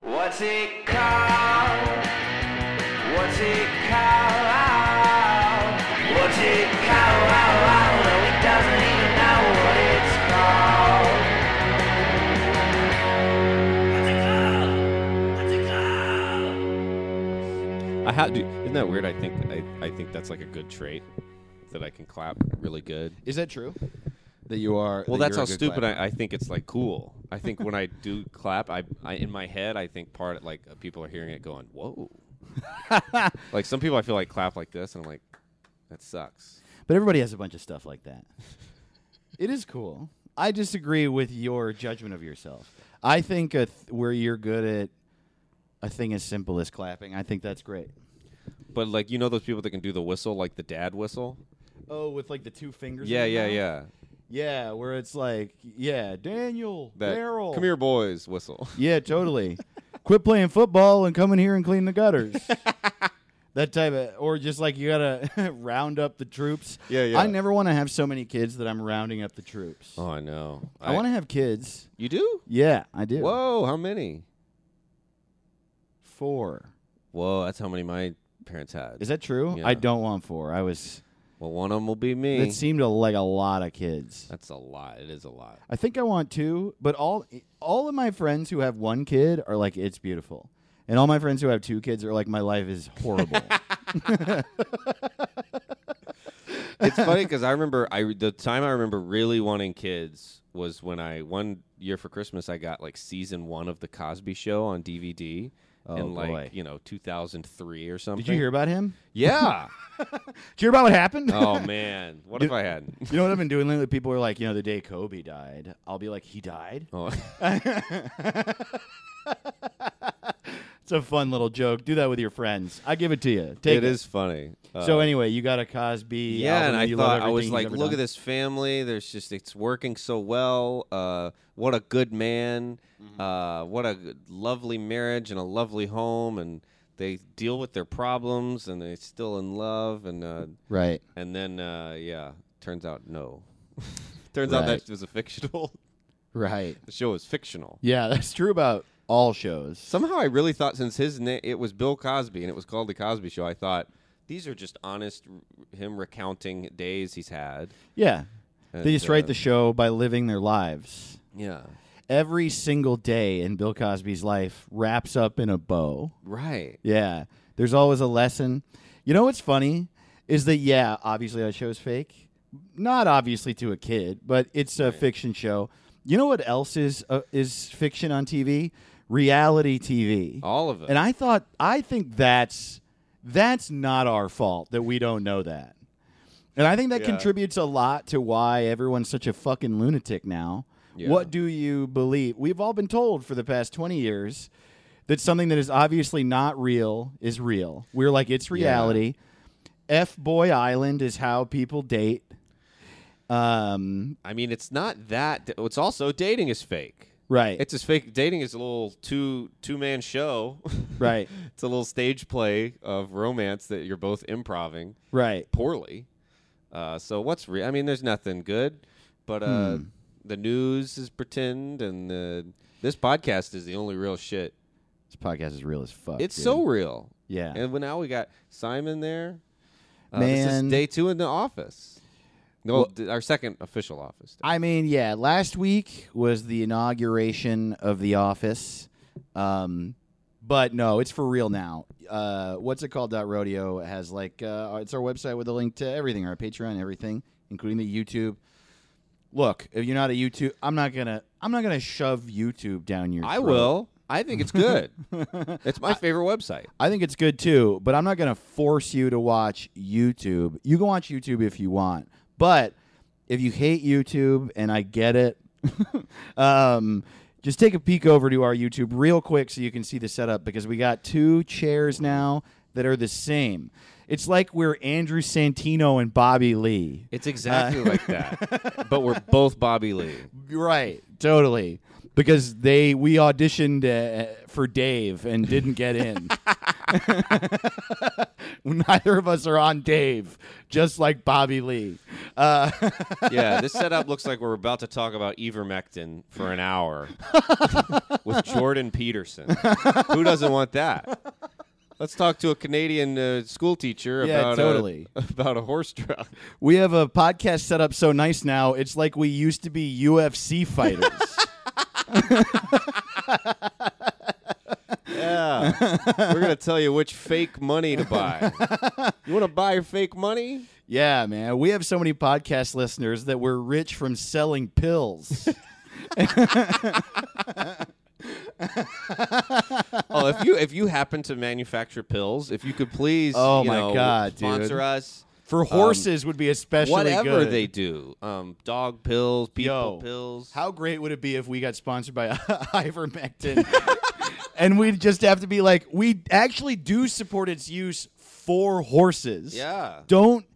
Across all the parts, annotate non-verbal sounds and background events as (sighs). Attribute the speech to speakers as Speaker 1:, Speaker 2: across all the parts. Speaker 1: What's it called? What's it called? What's it called? No, he doesn't even know what it's called. What's it called? What's it called?
Speaker 2: I have. Dude, isn't that weird? I think I, I think that's like a good trait that I can clap really good.
Speaker 3: Is that true? That you are.
Speaker 2: Well,
Speaker 3: that
Speaker 2: that's
Speaker 3: you're a
Speaker 2: how
Speaker 3: good
Speaker 2: stupid
Speaker 3: clapper?
Speaker 2: I, I think it's like cool. I think when I do (laughs) clap, I, I in my head I think part like people are hearing it going (laughs) whoa. like some people I feel like clap like this and I'm like that sucks.
Speaker 4: But everybody has a bunch of stuff like that. (laughs) It is cool. I disagree with your judgment of yourself. I think a th- where you're good at a thing as simple as clapping, I think that's great.
Speaker 2: But like you know those people that can do the whistle like the dad whistle.
Speaker 4: Oh, with like the two fingers.
Speaker 2: Yeah, yeah, yeah.
Speaker 4: Yeah, where it's like, yeah, Daniel,
Speaker 2: That
Speaker 4: Daryl.
Speaker 2: come here boys whistle. (laughs)
Speaker 4: Yeah, totally. Quit playing football and come in here and clean the
Speaker 2: (laughs)
Speaker 4: gutters. that type of, or just like you gotta (laughs) round up the troops.
Speaker 2: Yeah, yeah.
Speaker 4: I never want to have so many kids that I'm rounding up the troops.
Speaker 2: Oh, I know.
Speaker 4: I want to have kids.
Speaker 2: You do?
Speaker 4: Yeah, I do.
Speaker 2: Whoa, how many?
Speaker 4: Four.
Speaker 2: Whoa, that's how many my parents had.
Speaker 4: Is that true?
Speaker 2: Yeah.
Speaker 4: I don't want four. I was.
Speaker 2: well, one of them will be me.
Speaker 4: That seemed like a lot of kids.
Speaker 2: that's a lot. It is a lot.
Speaker 4: I think I want two, but all all of my friends who have one kid are like, it's beautiful, and all my friends who have two kids are like, my life is
Speaker 2: (laughs)
Speaker 4: horrible.
Speaker 2: it's funny because I (laughs) remember I the time I remember really wanting kids was when I one year for Christmas I got like season one of the Cosby Show on DVD
Speaker 4: Oh,
Speaker 2: in like
Speaker 4: boy.
Speaker 2: you know 2003 or something.
Speaker 4: Did you hear about him? (laughs)
Speaker 2: Yeah.
Speaker 4: Did you hear about what happened?
Speaker 2: oh man, what if I
Speaker 4: (laughs)
Speaker 2: hadn't?
Speaker 4: You know what I've been doing lately? People are like, you know, the day Kobe died, I'll be like, he died.
Speaker 2: Oh,
Speaker 4: It's a fun little joke. Do that with your friends. I give it to you. Take
Speaker 2: it is funny.
Speaker 4: so
Speaker 2: Uh,
Speaker 4: anyway, you got a Cosby.
Speaker 2: yeah,
Speaker 4: album
Speaker 2: and
Speaker 4: that
Speaker 2: I
Speaker 4: you love
Speaker 2: thought I
Speaker 4: everything
Speaker 2: was
Speaker 4: he's
Speaker 2: like,
Speaker 4: ever
Speaker 2: look at
Speaker 4: done.
Speaker 2: this family. There's just it's working so well. Uh, what a good man. Uh, what a good- lovely marriage and a lovely home, and they deal with their problems, and they're still in love, and uh,
Speaker 4: Right.
Speaker 2: and then uh, yeah, turns out no. (laughs) turns out
Speaker 4: Right.
Speaker 2: that was a fictional. (laughs)
Speaker 4: Right.
Speaker 2: the show is fictional.
Speaker 4: Yeah, (laughs) that's true about all shows.
Speaker 2: Somehow I really thought since his name it was Bill Cosby and it was called the Cosby Show, I thought these are just honest r- him recounting days he's had.
Speaker 4: Yeah.
Speaker 2: And,
Speaker 4: They just write
Speaker 2: uh,
Speaker 4: the show by living their lives.
Speaker 2: Yeah.
Speaker 4: Every single day in Bill Cosby's life wraps up in a bow.
Speaker 2: Right.
Speaker 4: Yeah. There's always a lesson. You know what's funny is that yeah, obviously that show's fake. Not obviously to a kid, but it's a fiction show. You know what else is uh, is fiction on TV? Reality TV.
Speaker 2: All of it.
Speaker 4: And I thought I think that's that's not our fault that we don't know that. And I think that
Speaker 2: Yeah.
Speaker 4: contributes a lot to why everyone's such a fucking lunatic now.
Speaker 2: Yeah.
Speaker 4: What do you believe? We've all been told for the past 20 years that something that is obviously not real is real. We're like it's reality. F boy island is how people date. Um
Speaker 2: I mean, it's not that. It's also dating is fake.
Speaker 4: right.
Speaker 2: It's as fake. Dating is a little two two man show. (laughs)
Speaker 4: right.
Speaker 2: it's a little stage play of romance that you're both improving
Speaker 4: Right.
Speaker 2: poorly. Uh, so what's real? I mean, there's nothing good, but uh,
Speaker 4: Hmm.
Speaker 2: the news is pretend, and the this podcast is the only real shit.
Speaker 4: This podcast is real as fuck.
Speaker 2: It's
Speaker 4: dude.
Speaker 2: so real.
Speaker 4: Yeah.
Speaker 2: And when now we got Simon there. Uh, This
Speaker 4: Man.
Speaker 2: is day two in the office. No,
Speaker 4: Well-
Speaker 2: th- our second official office.
Speaker 4: I mean, yeah. Last week was the inauguration of the office, um, but no, it's for real now. Uh, what's it called? Dot rodeo has like uh, it's our website with a link to everything, our Patreon, everything, including the YouTube. Look, if you're not a YouTube, I'm not gonna, I'm not gonna shove YouTube down your.
Speaker 2: I
Speaker 4: throat.
Speaker 2: will. I think it's good. (laughs) it's my favorite website.
Speaker 4: I think it's good too, but I'm not going to force you to watch YouTube. You can watch YouTube if you want, but if you hate YouTube, and I get it, (laughs) um, just take a peek over to our YouTube real quick so you can see the setup because we got two chairs now that are the same. It's like we're Andrew Santino and Bobby Lee.
Speaker 2: It's exactly like (laughs) that. But we're both Bobby Lee.
Speaker 4: Right, totally. Because they
Speaker 2: (laughs)
Speaker 4: we auditioned uh, for Dave and didn't get in. (laughs) Neither of us are on Dave, just like Bobby Lee. Uh,
Speaker 2: yeah, this setup looks like we're about to talk about ivermectin for an hour (laughs) with Jordan Peterson. Who doesn't want that? Let's talk to a Canadian uh, school teacher
Speaker 4: Yeah,
Speaker 2: about
Speaker 4: totally.
Speaker 2: a, (laughs) about a horse truck.
Speaker 4: we have a podcast set up so nice now. It's like we used to be UFC fighters.
Speaker 2: (laughs) Yeah, we're gonna tell you which fake money to buy. You want to buy fake money?
Speaker 4: yeah, man. We have so many podcast listeners that we're rich from selling
Speaker 2: (laughs)
Speaker 4: pills.
Speaker 2: (laughs) Oh, if you if you happen to manufacture pills, if you could please,
Speaker 4: Oh
Speaker 2: you
Speaker 4: my
Speaker 2: know,
Speaker 4: God, dude.
Speaker 2: sponsor us.
Speaker 4: For horses would be especially
Speaker 2: Um, Whatever
Speaker 4: good.
Speaker 2: they do, um, dog pills, people
Speaker 4: Yo,
Speaker 2: pills.
Speaker 4: How great would it be if we got sponsored by (laughs) ivermectin? (laughs) and we'd just have to be like, we actually do support its use for horses.
Speaker 2: Yeah.
Speaker 4: Don't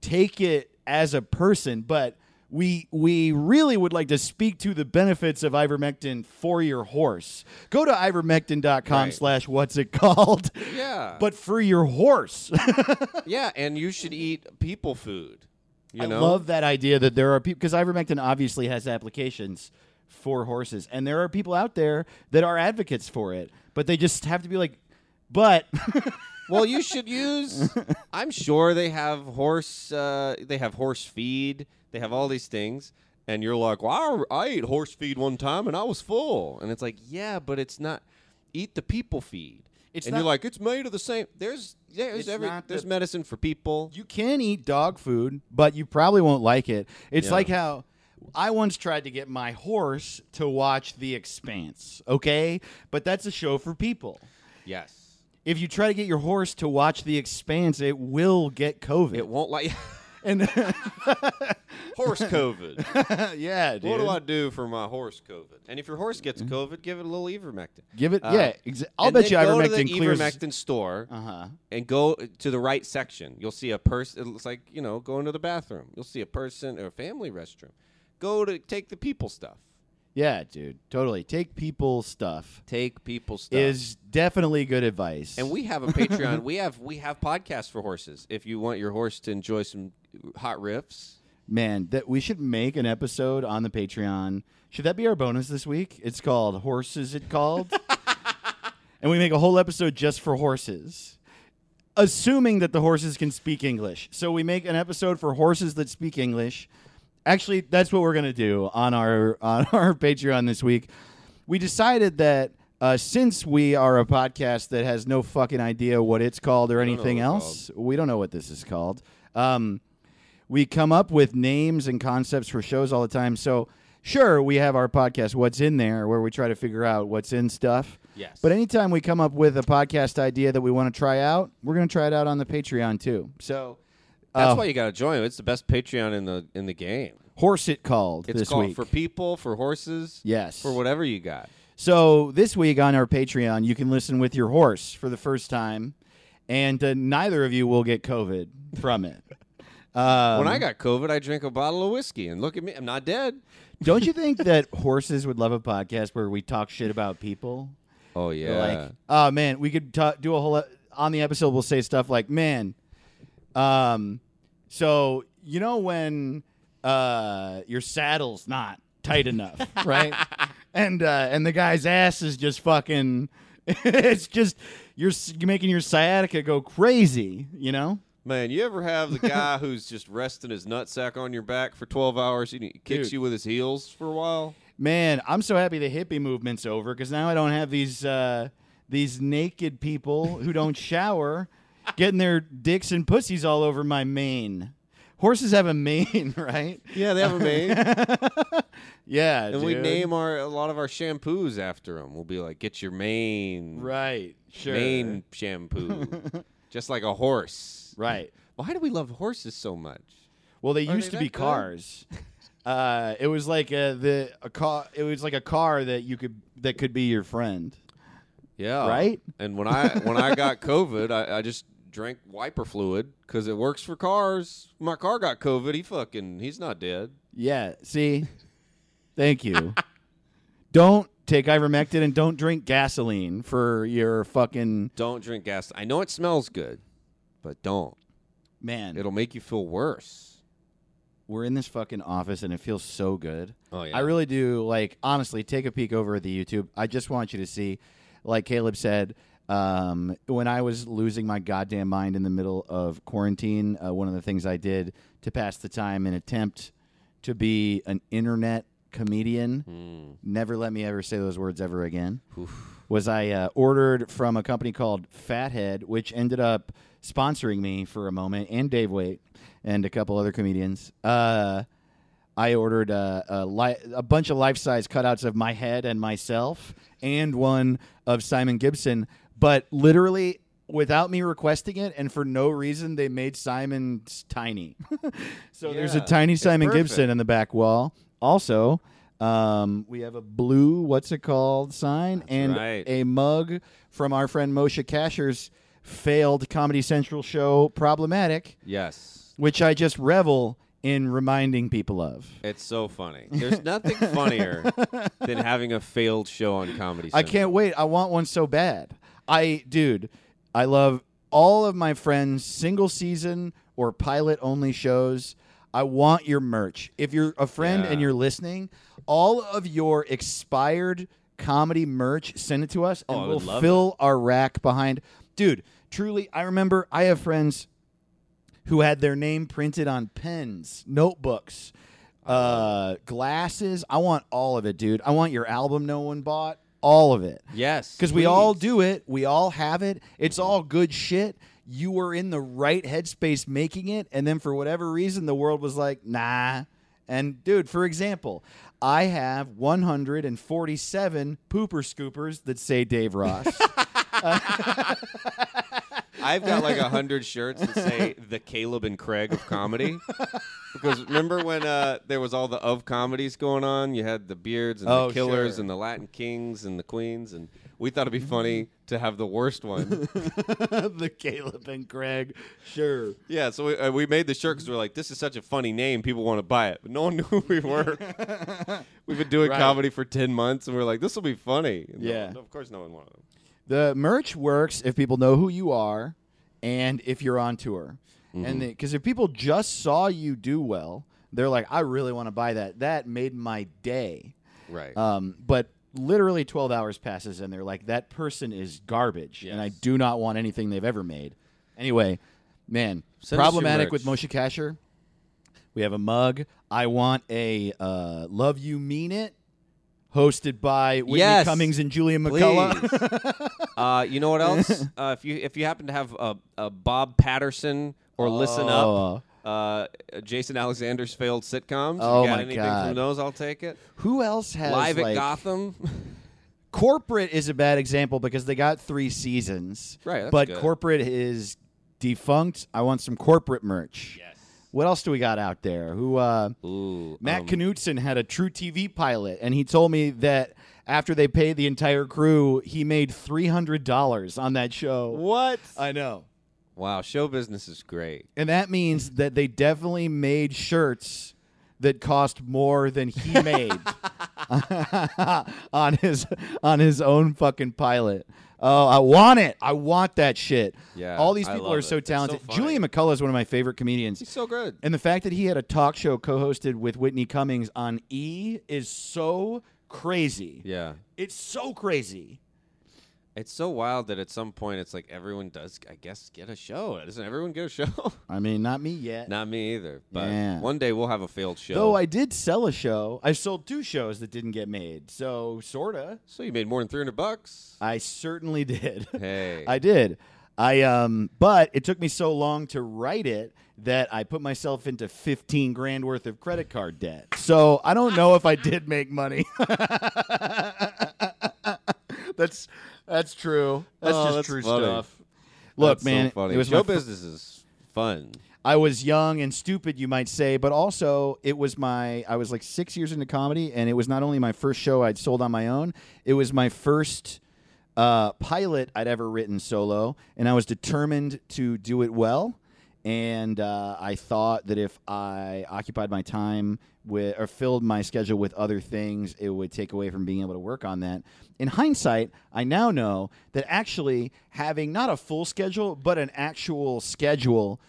Speaker 4: take it as a person, but we we really would like to speak to the benefits of ivermectin for your horse. Go to ivermectin.com
Speaker 2: Right.
Speaker 4: slash what's it called?
Speaker 2: Yeah.
Speaker 4: But for your horse. (laughs)
Speaker 2: Yeah, and you should eat people food. You
Speaker 4: I
Speaker 2: know,
Speaker 4: love that idea that there are people because ivermectin obviously has applications for horses, and there are people out there that are advocates for it, but they just have to be like, but (laughs)
Speaker 2: well, you should use. I'm sure they have horse. Uh, they have horse feed. They have all these things, and you're like, "Well, I, I ate horse feed one time and I was full." And it's like, "Yeah, but it's not. Eat the people feed."
Speaker 4: It's
Speaker 2: and
Speaker 4: not-
Speaker 2: you're like, "It's made of the same." There's there's
Speaker 4: It's
Speaker 2: every
Speaker 4: not the-
Speaker 2: there's medicine for people.
Speaker 4: you can eat dog food, but you probably won't like it. It's
Speaker 2: Yeah.
Speaker 4: like how. I once tried to get my horse to watch The Expanse, okay? But that's a show for people.
Speaker 2: yes,
Speaker 4: If you try to get your horse to watch The Expanse, it will get COVID.
Speaker 2: it won't like (laughs)
Speaker 4: and
Speaker 2: horse
Speaker 4: (laughs)
Speaker 2: COVID. (laughs)
Speaker 4: yeah, dude.
Speaker 2: what do I do for my horse COVID? And if your horse gets COVID, give it a little ivermectin.
Speaker 4: Give it,
Speaker 2: Uh,
Speaker 4: yeah. Exa- I'll
Speaker 2: And
Speaker 4: bet
Speaker 2: then
Speaker 4: you
Speaker 2: go
Speaker 4: ivermectin
Speaker 2: to the
Speaker 4: clears.
Speaker 2: ivermectin store
Speaker 4: uh huh.
Speaker 2: and go to the right section. You'll see a person. It looks like you know going to the bathroom. You'll see a person or a family restroom. Go to take the people stuff.
Speaker 4: Yeah, dude, totally. Take people stuff,
Speaker 2: Take people stuff.
Speaker 4: is definitely good advice.
Speaker 2: and we
Speaker 4: (laughs)
Speaker 2: have a Patreon. we have we have podcasts for horses. If you want your horse to enjoy some hot riffs,
Speaker 4: man, that we should make an episode on the Patreon. Should that be our bonus this week? It's called Horses.
Speaker 2: (laughs)
Speaker 4: It called, and we make a whole episode just for horses. Assuming that the horses can speak English, so we make an episode for horses that speak English. Actually, that's what we're gonna do on our on (laughs) our Patreon this week. We decided that uh, since we are a podcast that has no fucking idea what it's called or
Speaker 2: don't know
Speaker 4: anything
Speaker 2: what it's
Speaker 4: else, we don't know what this is called. Um, we come up with names and concepts for shows all the time. So, sure, we have our podcast, What's In There, where we try to figure out what's in stuff.
Speaker 2: Yes.
Speaker 4: But anytime we come up with a podcast idea that we want to try out, we're going to try it out on the Patreon too. So,
Speaker 2: that's
Speaker 4: uh,
Speaker 2: why you got to join. It's the best Patreon in the in the game.
Speaker 4: Horse It Called
Speaker 2: It's
Speaker 4: this
Speaker 2: called
Speaker 4: week.
Speaker 2: for people, for horses,
Speaker 4: yes.
Speaker 2: for whatever you got.
Speaker 4: So this week on our Patreon, you can listen with your horse for the first time, and uh, neither of you will get COVID
Speaker 2: (laughs)
Speaker 4: from it. Um,
Speaker 2: when I got COVID, I drank a bottle of whiskey, and look at me, I'm not dead.
Speaker 4: don't you think that horses would love a podcast where we talk shit about people?
Speaker 2: Oh yeah,
Speaker 4: Like, oh man, we could ta do a whole e- on the episode. We'll say stuff like, man, um, so you know when uh your saddle's not tight enough, right? And uh, and the guy's ass is just fucking. (laughs) it's just you're, s- you're making your sciatica go crazy, you know.
Speaker 2: Man, you ever have the (laughs) guy who's just resting his nutsack on your back for 12 hours and he kicks
Speaker 4: Dude.
Speaker 2: you with his heels for a while?
Speaker 4: Man, I'm so happy the hippie movement's over because now I don't have these uh, these naked people who
Speaker 2: (laughs)
Speaker 4: don't shower getting their dicks and pussies all over my mane. Horses have a mane, (laughs) right?
Speaker 2: Yeah, they have a mane. (laughs)
Speaker 4: Yeah,
Speaker 2: and we
Speaker 4: dude.
Speaker 2: name our a lot of our shampoos after him. We'll be like, get your mane,
Speaker 4: right, sure,
Speaker 2: mane shampoo, (laughs) just like a horse.
Speaker 4: right.
Speaker 2: Why do we love horses so much?
Speaker 4: Well, they
Speaker 2: Are
Speaker 4: used
Speaker 2: they
Speaker 4: to be
Speaker 2: that good?
Speaker 4: cars. Uh, it was like uh the a car. It was like a car that you could that could be your friend.
Speaker 2: Yeah,
Speaker 4: Right?
Speaker 2: And when I when I (laughs) got COVID, I, I just drank wiper fluid because it works for cars. My car got COVID. He fucking he's not dead.
Speaker 4: Yeah. See, thank you. don't take ivermectin and don't drink gasoline for your fucking.
Speaker 2: Don't drink gas. I know it smells good. but don't.
Speaker 4: Man,
Speaker 2: It'll make you feel worse.
Speaker 4: we're in this fucking office and it feels so good.
Speaker 2: Oh
Speaker 4: I really do like honestly take a peek over at the YouTube. I just want you to see, like Caleb said, um, when I was losing my goddamn mind in the middle of quarantine, uh, one of the things I did to pass the time and attempt to be an internet comedian. Never let me ever say those words ever again. Was I uh, ordered from a company called Fathead, which ended up sponsoring me for a moment, and Dave Waite and a couple other comedians. Uh, I ordered a, a, li- a bunch of life size cutouts of my head and myself, and one of Simon Gibson. But literally, without me requesting it, and for no reason, they made Simon s- tiny. (laughs) so there's a
Speaker 2: Yeah,
Speaker 4: tiny
Speaker 2: it's
Speaker 4: Simon
Speaker 2: perfect.
Speaker 4: Gibson in the back wall. Also, um, we have a blue what's it called sign and
Speaker 2: right.
Speaker 4: a mug from our friend Moshe Kasher's failed Comedy Central show, Problematic
Speaker 2: Yes.
Speaker 4: which I just revel in reminding people of.
Speaker 2: It's so funny. There's nothing
Speaker 4: (laughs)
Speaker 2: funnier than having a failed show on Comedy
Speaker 4: I
Speaker 2: Central.
Speaker 4: can't wait. I want one so bad. I, dude, I love all of my friends' single season or pilot only shows. I want your merch. If you're a friend and
Speaker 2: Yeah.
Speaker 4: you're listening, all of your expired comedy merch, send it to us and
Speaker 2: Oh, I would
Speaker 4: we'll
Speaker 2: love
Speaker 4: fill our rack behind. Dude, truly, I remember I have friends who had their name printed on pens, notebooks, uh, glasses. I want all of it, dude. I want your album no one bought, all of it.
Speaker 2: Yes.
Speaker 4: Because we all
Speaker 2: please.
Speaker 4: do it, we all have it. It's all good shit. You were in the right headspace making it, and then for whatever reason, the world was like, nah. And dude, for example, I have 147 pooper scoopers that say Dave Ross.
Speaker 2: I've got like a hundred shirts that
Speaker 4: (laughs)
Speaker 2: say the Caleb and Craig of comedy. because remember when uh, there was all the of comedies going on? You had the Beards and
Speaker 4: Oh,
Speaker 2: the Killers
Speaker 4: sure.
Speaker 2: and the Latin Kings and the Queens, and we thought it'd be funny
Speaker 4: Mm-hmm.
Speaker 2: to have the worst one.
Speaker 4: (laughs) the Caleb and Craig, sure.
Speaker 2: yeah, so we, uh, we made the shirt because we're like, this is such a funny name, people want to buy it, but no one (laughs) knew who we
Speaker 4: (laughs)
Speaker 2: were. We've been doing
Speaker 4: Right.
Speaker 2: comedy for ten months, and we're like, this will be funny. And no-
Speaker 4: Yeah.
Speaker 2: no, of course, no one wanted them.
Speaker 4: The merch works if people know who you are and if you're on tour.
Speaker 2: Mm-hmm.
Speaker 4: And because if people just saw you do well, they're like, I really want to buy that. That made my day.
Speaker 2: Right.
Speaker 4: Um, but literally 12 hours passes and they're like, that person is garbage. And I
Speaker 2: Yes.
Speaker 4: do not want anything they've ever made. Anyway, man,
Speaker 2: Send us your
Speaker 4: problematic with
Speaker 2: merch.
Speaker 4: Moshe Kasher. We have a mug. I want a uh, Love You Mean It hosted by Whitney
Speaker 2: Yes.
Speaker 4: Cummings and Julian McCullough.
Speaker 2: Please. uh, you know what
Speaker 4: (laughs)
Speaker 2: else? Uh, if you if you happen to have a, a Bob Patterson or Listen Up, uh, Jason Alexander's failed sitcoms.
Speaker 4: Oh,
Speaker 2: you got
Speaker 4: my
Speaker 2: anything
Speaker 4: God.
Speaker 2: from those? I'll take it.
Speaker 4: Who else has
Speaker 2: Live at (laughs)
Speaker 4: like-
Speaker 2: Gotham.
Speaker 4: Corporate is a bad example because they got three seasons.
Speaker 2: Right, that's
Speaker 4: but
Speaker 2: good.
Speaker 4: corporate is defunct. I want some corporate merch.
Speaker 2: yes.
Speaker 4: What else do we got out there? Who uh
Speaker 2: Ooh,
Speaker 4: Matt
Speaker 2: um,
Speaker 4: Knutson had a true TV pilot and he told me that after they paid the entire crew, he made three hundred dollars on that show.
Speaker 2: What?
Speaker 4: I know.
Speaker 2: wow, show business is great.
Speaker 4: And that means that they definitely made shirts that cost more than he (laughs) made on his on his own fucking pilot. Oh, I want it. I want that shit.
Speaker 2: Yeah,
Speaker 4: All these
Speaker 2: I
Speaker 4: people
Speaker 2: love
Speaker 4: are so
Speaker 2: it. It's so
Speaker 4: talented.
Speaker 2: funny.
Speaker 4: Julian McCullough is one of my favorite comedians.
Speaker 2: He's so good.
Speaker 4: And the fact that he had a talk show co-hosted with Whitney Cummings on E is so crazy.
Speaker 2: Yeah.
Speaker 4: It's so crazy.
Speaker 2: It's so wild that at some point it's like everyone does, I guess, get a show. (laughs) Doesn't everyone get a show? (laughs)
Speaker 4: I mean, not me yet.
Speaker 2: Not me either. But
Speaker 4: Yeah.
Speaker 2: one day we'll have a failed show.
Speaker 4: Though I did sell a show. I sold two shows that didn't get made. So, sorta.
Speaker 2: so you made more than three hundred bucks.
Speaker 4: (laughs) I certainly did.
Speaker 2: Hey.
Speaker 4: I did. I um but it took me so long to write it that I put myself into 15 grand worth of credit card debt. So, I don't know if I did make money. (laughs) that's that's true. That's
Speaker 2: Oh,
Speaker 4: just
Speaker 2: that's
Speaker 4: true
Speaker 2: funny.
Speaker 4: stuff. Look,
Speaker 2: That's so
Speaker 4: man,
Speaker 2: funny.
Speaker 4: it was
Speaker 2: show
Speaker 4: my fir-
Speaker 2: business is fun.
Speaker 4: I was young and stupid, you might say, but also it was my I was like six years into comedy, and it was not only my first show I'd sold on my own, it was my first uh, pilot I'd ever written solo, and I was determined to do it well. And uh, I thought that if I occupied my time with or filled my schedule with other things, it would take away from being able to work on that. In hindsight, I now know that actually having not a full schedule, but an actual schedule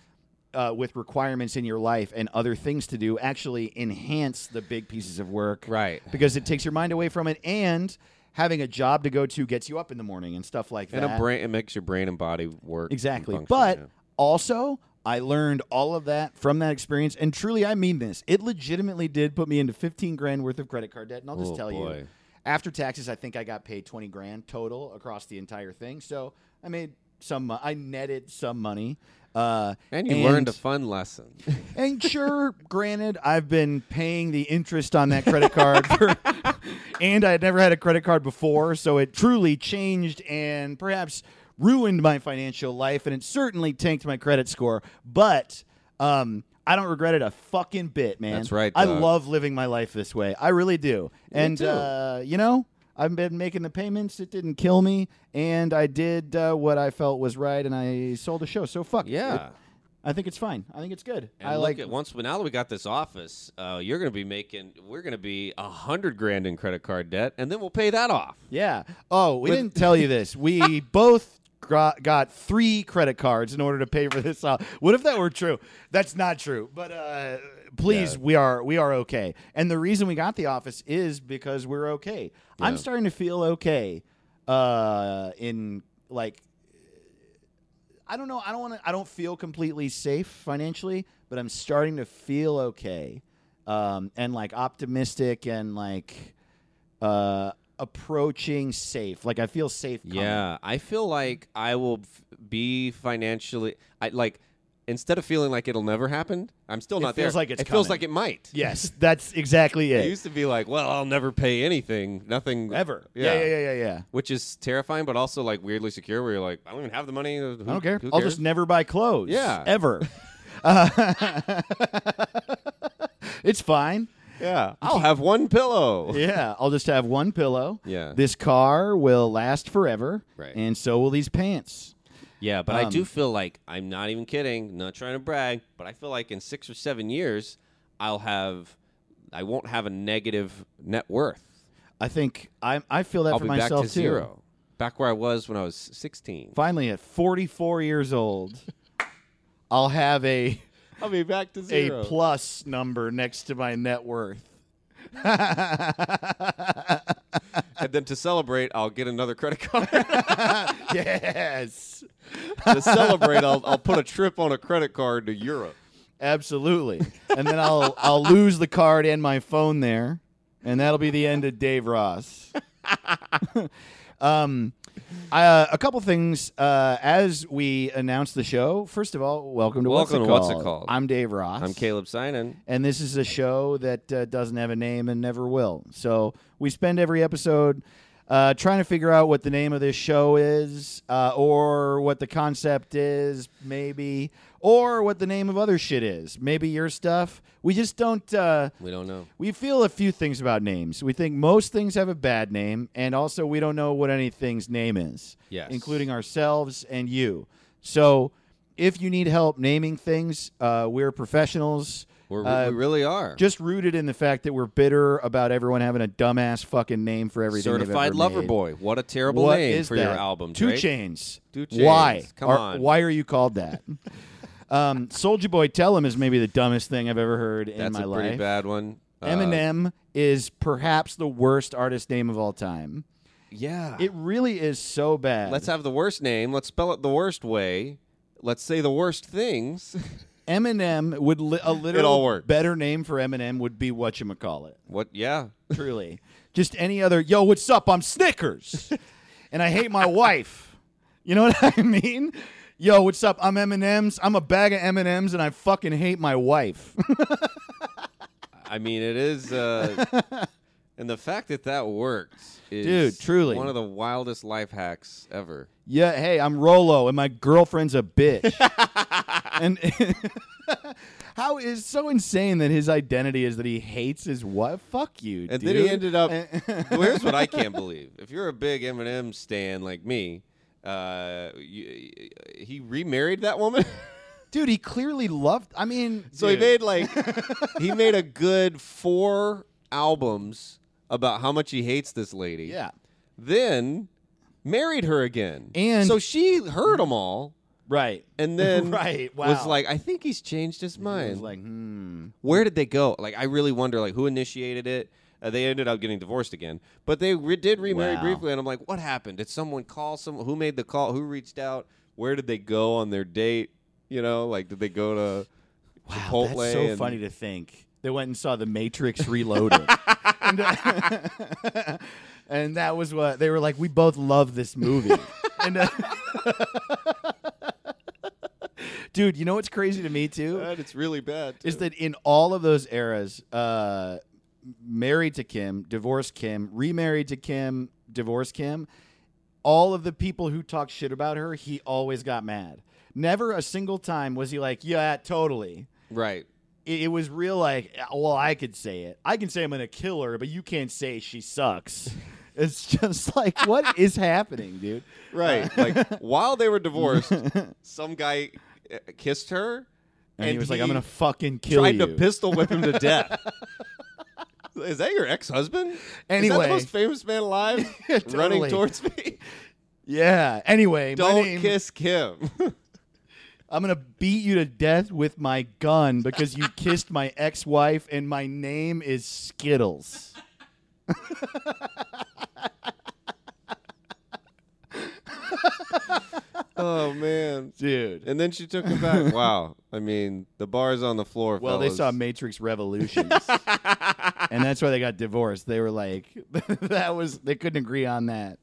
Speaker 4: uh, with requirements in your life and other things to do actually enhance the big pieces of work.
Speaker 2: Right.
Speaker 4: Because it takes your mind away from it and having a job to go to gets you up in the morning and stuff like
Speaker 2: And
Speaker 4: that.
Speaker 2: a brain, it makes your brain and body work and
Speaker 4: Exactly.
Speaker 2: function,
Speaker 4: But
Speaker 2: yeah.
Speaker 4: also, I learned all of that from that experience. And truly, I mean this. It legitimately did put me into 15 grand worth of credit card debt. And I'll just
Speaker 2: Oh,
Speaker 4: tell
Speaker 2: boy.
Speaker 4: you, after taxes, I think I got paid 20 grand total across the entire thing. So I made some, mo- I netted some money. Uh,
Speaker 2: and you learned a fun
Speaker 4: (laughs)
Speaker 2: lesson.
Speaker 4: and sure, granted, I've been paying the interest on that credit card, for, (laughs) and I had never had a credit card before, so it truly changed and perhaps ruined my financial life, and it certainly tanked my credit score. But um, I don't regret it a fucking bit, man.
Speaker 2: That's right,
Speaker 4: I
Speaker 2: dog.
Speaker 4: love living my life this way. I really do. and
Speaker 2: too.
Speaker 4: Uh, you know. I've been making the payments. It didn't kill me, and I did uh, what I felt was right, and I sold the show. So fuck. it.
Speaker 2: yeah.
Speaker 4: I think it's fine. I think it's good.
Speaker 2: And
Speaker 4: I
Speaker 2: look
Speaker 4: like
Speaker 2: at once now that we got this office, uh, you're going to be making we're going to be a hundred grand in credit card debt, and then we'll pay that off.
Speaker 4: Yeah. Oh, we didn't tell you this. We both got, got three credit cards in order to pay for this. off. what if that were true? That's not true. But uh, please, we are we are okay. And the reason we got the office is because we're okay. I'm starting to feel okay. Uh, in like I don't know. I don't want to. I don't feel completely safe financially, but I'm starting to feel okay, um, and like optimistic and like uh, approaching safe. Like I feel safe. coming.
Speaker 2: Yeah, I feel like I will f- be financially. I like instead of feeling like it'll never happen, I'm still
Speaker 4: It
Speaker 2: not
Speaker 4: feels
Speaker 2: there.
Speaker 4: like it's
Speaker 2: it feels
Speaker 4: coming.
Speaker 2: like it might.
Speaker 4: Yes, that's
Speaker 2: (laughs)
Speaker 4: exactly
Speaker 2: It
Speaker 4: it.
Speaker 2: used to be like, well, I'll never pay anything, nothing
Speaker 4: Ever. Yeah. Yeah. Yeah. Yeah. yeah.
Speaker 2: Which is terrifying, but also like weirdly secure. Where you're like, I don't even have the money. uh, Who,
Speaker 4: I don't care.
Speaker 2: who
Speaker 4: I'll
Speaker 2: cares?
Speaker 4: just never buy clothes.
Speaker 2: Yeah.
Speaker 4: Ever. (laughs) Uh, it's fine.
Speaker 2: yeah. I'll have one pillow.
Speaker 4: Yeah, I'll just have one pillow.
Speaker 2: Yeah.
Speaker 4: This car will last forever.
Speaker 2: Right.
Speaker 4: And so will these pants.
Speaker 2: Yeah, but I do
Speaker 4: Um,
Speaker 2: feel like I'm not even kidding, not trying to brag, but I feel like in six or seven years, I'll have, I won't have a negative net worth.
Speaker 4: I think I I feel that
Speaker 2: I'll
Speaker 4: for
Speaker 2: be back
Speaker 4: myself
Speaker 2: to
Speaker 4: too.
Speaker 2: zero, back where I was when I was 16.
Speaker 4: Finally, at 44
Speaker 2: (laughs)
Speaker 4: years old, I'll have a
Speaker 2: I'll be back to
Speaker 4: a plus number next to my
Speaker 2: (laughs)
Speaker 4: net worth.
Speaker 2: and then to celebrate, I'll get another credit card. (laughs)
Speaker 4: yes,
Speaker 2: to celebrate, I'll, I'll put a trip on a credit card to Europe.
Speaker 4: absolutely. And then I'll I'll lose the card and my phone there, and that'll be the end of Dave Ross. (laughs) um, I, uh, a couple things uh, as we announce the show. First of all, welcome to
Speaker 2: Welcome
Speaker 4: what's it
Speaker 2: to What's It
Speaker 4: called?
Speaker 2: Called.
Speaker 4: I'm Dave Ross.
Speaker 2: I'm Caleb Sinan.
Speaker 4: and this is a show that uh, doesn't have a name and never will. So we spend every episode uh, trying to figure out what the name of this show is, uh, or what the concept is, maybe, or what the name of other shit is. Maybe your stuff. We just don't. Uh,
Speaker 2: We don't know.
Speaker 4: we feel a few things about names. We think most things have a bad name, and also we don't know what anything's name is,
Speaker 2: Yes.
Speaker 4: including ourselves and you. So, if you need help naming things, uh, we're professionals.
Speaker 2: We're,
Speaker 4: Uh,
Speaker 2: we really are.
Speaker 4: just rooted in the fact that we're bitter about everyone having a dumbass fucking name for everything. they've
Speaker 2: Certified
Speaker 4: ever
Speaker 2: Lover
Speaker 4: made.
Speaker 2: Boy. What a terrible
Speaker 4: What
Speaker 2: name
Speaker 4: is
Speaker 2: for your
Speaker 4: that?
Speaker 2: album,
Speaker 4: Two
Speaker 2: Drake.
Speaker 4: Chains.
Speaker 2: Two
Speaker 4: Why?
Speaker 2: Chains. Come
Speaker 4: Are-
Speaker 2: on.
Speaker 4: Why are you
Speaker 2: (laughs)
Speaker 4: called that? um, Soldier Boy, tell him is maybe the dumbest thing I've ever heard in
Speaker 2: That's
Speaker 4: my
Speaker 2: a pretty
Speaker 4: life.
Speaker 2: bad one. Uh,
Speaker 4: Eminem is perhaps the worst artist name of all time.
Speaker 2: Yeah.
Speaker 4: It really is so bad.
Speaker 2: Let's have the worst name. Let's spell it the worst way. Let's say the worst things. (laughs)
Speaker 4: Eminem would li- a literal
Speaker 2: all works.
Speaker 4: better name for Eminem would be what you call it.
Speaker 2: What? Yeah.
Speaker 4: Truly, just any other. Yo, what's up?
Speaker 2: (laughs)
Speaker 4: I'm Snickers, and I hate my wife. You know (laughs) what I mean? Yo, what's up? I'm M and M's. I'm a bag of M and M's, and I fucking hate my wife. (laughs)
Speaker 2: I mean, it is. Uh, and the fact that that works is
Speaker 4: Dude, truly.
Speaker 2: one of the wildest life hacks ever.
Speaker 4: yeah, hey, I'm Rolo, and my girlfriend's a
Speaker 2: (laughs)
Speaker 4: bitch. and (laughs) how is so insane that his identity is that he hates his wife? Fuck you,
Speaker 2: And
Speaker 4: dude.
Speaker 2: then he ended up. well, here's what I can't believe. If you're a big Eminem stan like me, uh, you, he remarried that woman. (laughs)
Speaker 4: dude, he clearly loved. I mean,
Speaker 2: So
Speaker 4: dude,
Speaker 2: he made like he made a good four albums about how much he hates this lady.
Speaker 4: yeah,
Speaker 2: Then married her again.
Speaker 4: And-
Speaker 2: so she heard them all
Speaker 4: right. (laughs)
Speaker 2: and then
Speaker 4: Right,
Speaker 2: was
Speaker 4: wow.
Speaker 2: like I think he's changed his
Speaker 4: He
Speaker 2: mind.
Speaker 4: was like, hmm.
Speaker 2: Where did they go? Like I really wonder like who initiated it? Uh, they ended up getting divorced again, but they re- did remarry
Speaker 4: Wow.
Speaker 2: briefly and I'm like what happened? Did someone call someone who made the call? Who reached out? Where did they go on their date? You know, like did they go to
Speaker 4: Wow,
Speaker 2: Chipotle
Speaker 4: that's so
Speaker 2: and-
Speaker 4: funny to think. They went and saw The
Speaker 2: (laughs)
Speaker 4: Matrix Reloaded. and, (laughs) and that was what they were like, we both love this movie.
Speaker 2: (laughs)
Speaker 4: and, (laughs) uh, dude, you know what's crazy to me, too?
Speaker 2: God, it's really bad.
Speaker 4: Is
Speaker 2: too.
Speaker 4: that in all of those eras, uh, married to Kim, divorced Kim, remarried to Kim, divorced Kim, all of the people who talked shit about her, he always got mad. Never a single time was he like, yeah, totally.
Speaker 2: right?
Speaker 4: it, it was real like uh, well i could say it i can say i'm gonna kill her but you can't say she sucks (laughs) it's just like what
Speaker 2: (laughs)
Speaker 4: is happening dude
Speaker 2: Right.
Speaker 4: Uh, (laughs)
Speaker 2: like while they were divorced, some guy uh, kissed her, and,
Speaker 4: and, he was like i'm gonna fucking kill
Speaker 2: tried
Speaker 4: you
Speaker 2: to pistol whip
Speaker 4: (laughs)
Speaker 2: him to death. Is that your ex-husband? is that
Speaker 4: Anyway.
Speaker 2: the most famous man
Speaker 4: (laughs)
Speaker 2: alive running
Speaker 4: Totally.
Speaker 2: towards me?
Speaker 4: yeah anyway
Speaker 2: (laughs)
Speaker 4: my
Speaker 2: Don't
Speaker 4: name-
Speaker 2: kiss Kim. (laughs)
Speaker 4: i'm gonna beat you to death with my gun
Speaker 2: (laughs)
Speaker 4: because you kissed my ex-wife and my name is skittles
Speaker 2: oh man,
Speaker 4: dude
Speaker 2: And then she took him
Speaker 4: (laughs)
Speaker 2: back. Wow. I mean, the bar's on the floor.
Speaker 4: Well, they
Speaker 2: fellas.
Speaker 4: saw Matrix
Speaker 2: (laughs)
Speaker 4: Revolutions, and that's why they got divorced. They were like, (laughs) that was they couldn't agree on that.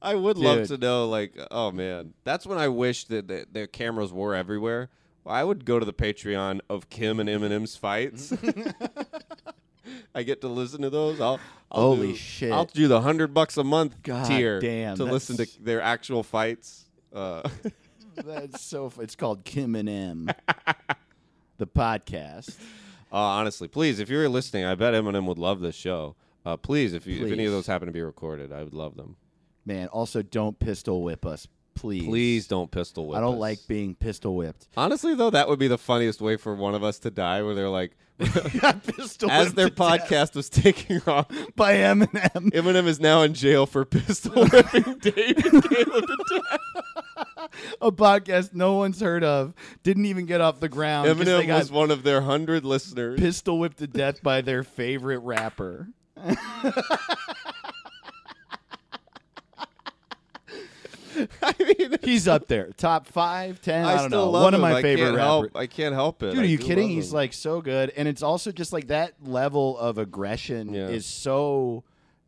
Speaker 2: I would love
Speaker 4: Dude.
Speaker 2: to know, like, oh man, that's when I wish that the, their cameras were everywhere. I would go to the Patreon of Kim and Eminem's
Speaker 4: (laughs)
Speaker 2: fights. I get to listen to those. I'll, I'll
Speaker 4: Holy
Speaker 2: do-
Speaker 4: shit.
Speaker 2: I'll do the hundred bucks a month
Speaker 4: God
Speaker 2: tier
Speaker 4: damn,
Speaker 2: to listen to
Speaker 4: that's-
Speaker 2: their actual fights.
Speaker 4: (laughs)
Speaker 2: Uh,
Speaker 4: That's so. F- it's called Kim
Speaker 2: (laughs)
Speaker 4: and M, the podcast.
Speaker 2: Uh, honestly, please, if you're listening, I bet Eminem would love this show. Uh, please, if you if any
Speaker 4: Please.
Speaker 2: of those happen to be recorded, I would love them.
Speaker 4: Man, also don't pistol whip us, please.
Speaker 2: Please don't pistol whip.
Speaker 4: I don't
Speaker 2: us.
Speaker 4: like being pistol
Speaker 2: (laughs)
Speaker 4: whipped.
Speaker 2: Honestly, though, that would be the funniest way for one of us to die, where they're like,
Speaker 4: pistol
Speaker 2: as their podcast was (laughs) taking off,
Speaker 4: by Eminem.
Speaker 2: Eminem is now in jail for pistol
Speaker 4: (laughs)
Speaker 2: whipping Dave and Caleb to death.
Speaker 4: a podcast no one's heard of didn't even get off the ground. 'cause they
Speaker 2: Eminem
Speaker 4: got
Speaker 2: was one of their hundred listeners.
Speaker 4: pistol whipped to death by their favorite rapper.
Speaker 2: (laughs) I mean,
Speaker 4: He's up there, top five, ten. I,
Speaker 2: I,
Speaker 4: don't
Speaker 2: still
Speaker 4: know.
Speaker 2: love
Speaker 4: One
Speaker 2: him.
Speaker 4: of my
Speaker 2: I
Speaker 4: favorite
Speaker 2: can't
Speaker 4: rappers.
Speaker 2: help. I can't help it.
Speaker 4: Dude,
Speaker 2: I
Speaker 4: are you
Speaker 2: do
Speaker 4: kidding?
Speaker 2: love
Speaker 4: He's
Speaker 2: him.
Speaker 4: like so good, and it's also just like that level of aggression
Speaker 2: Yeah.
Speaker 4: is so,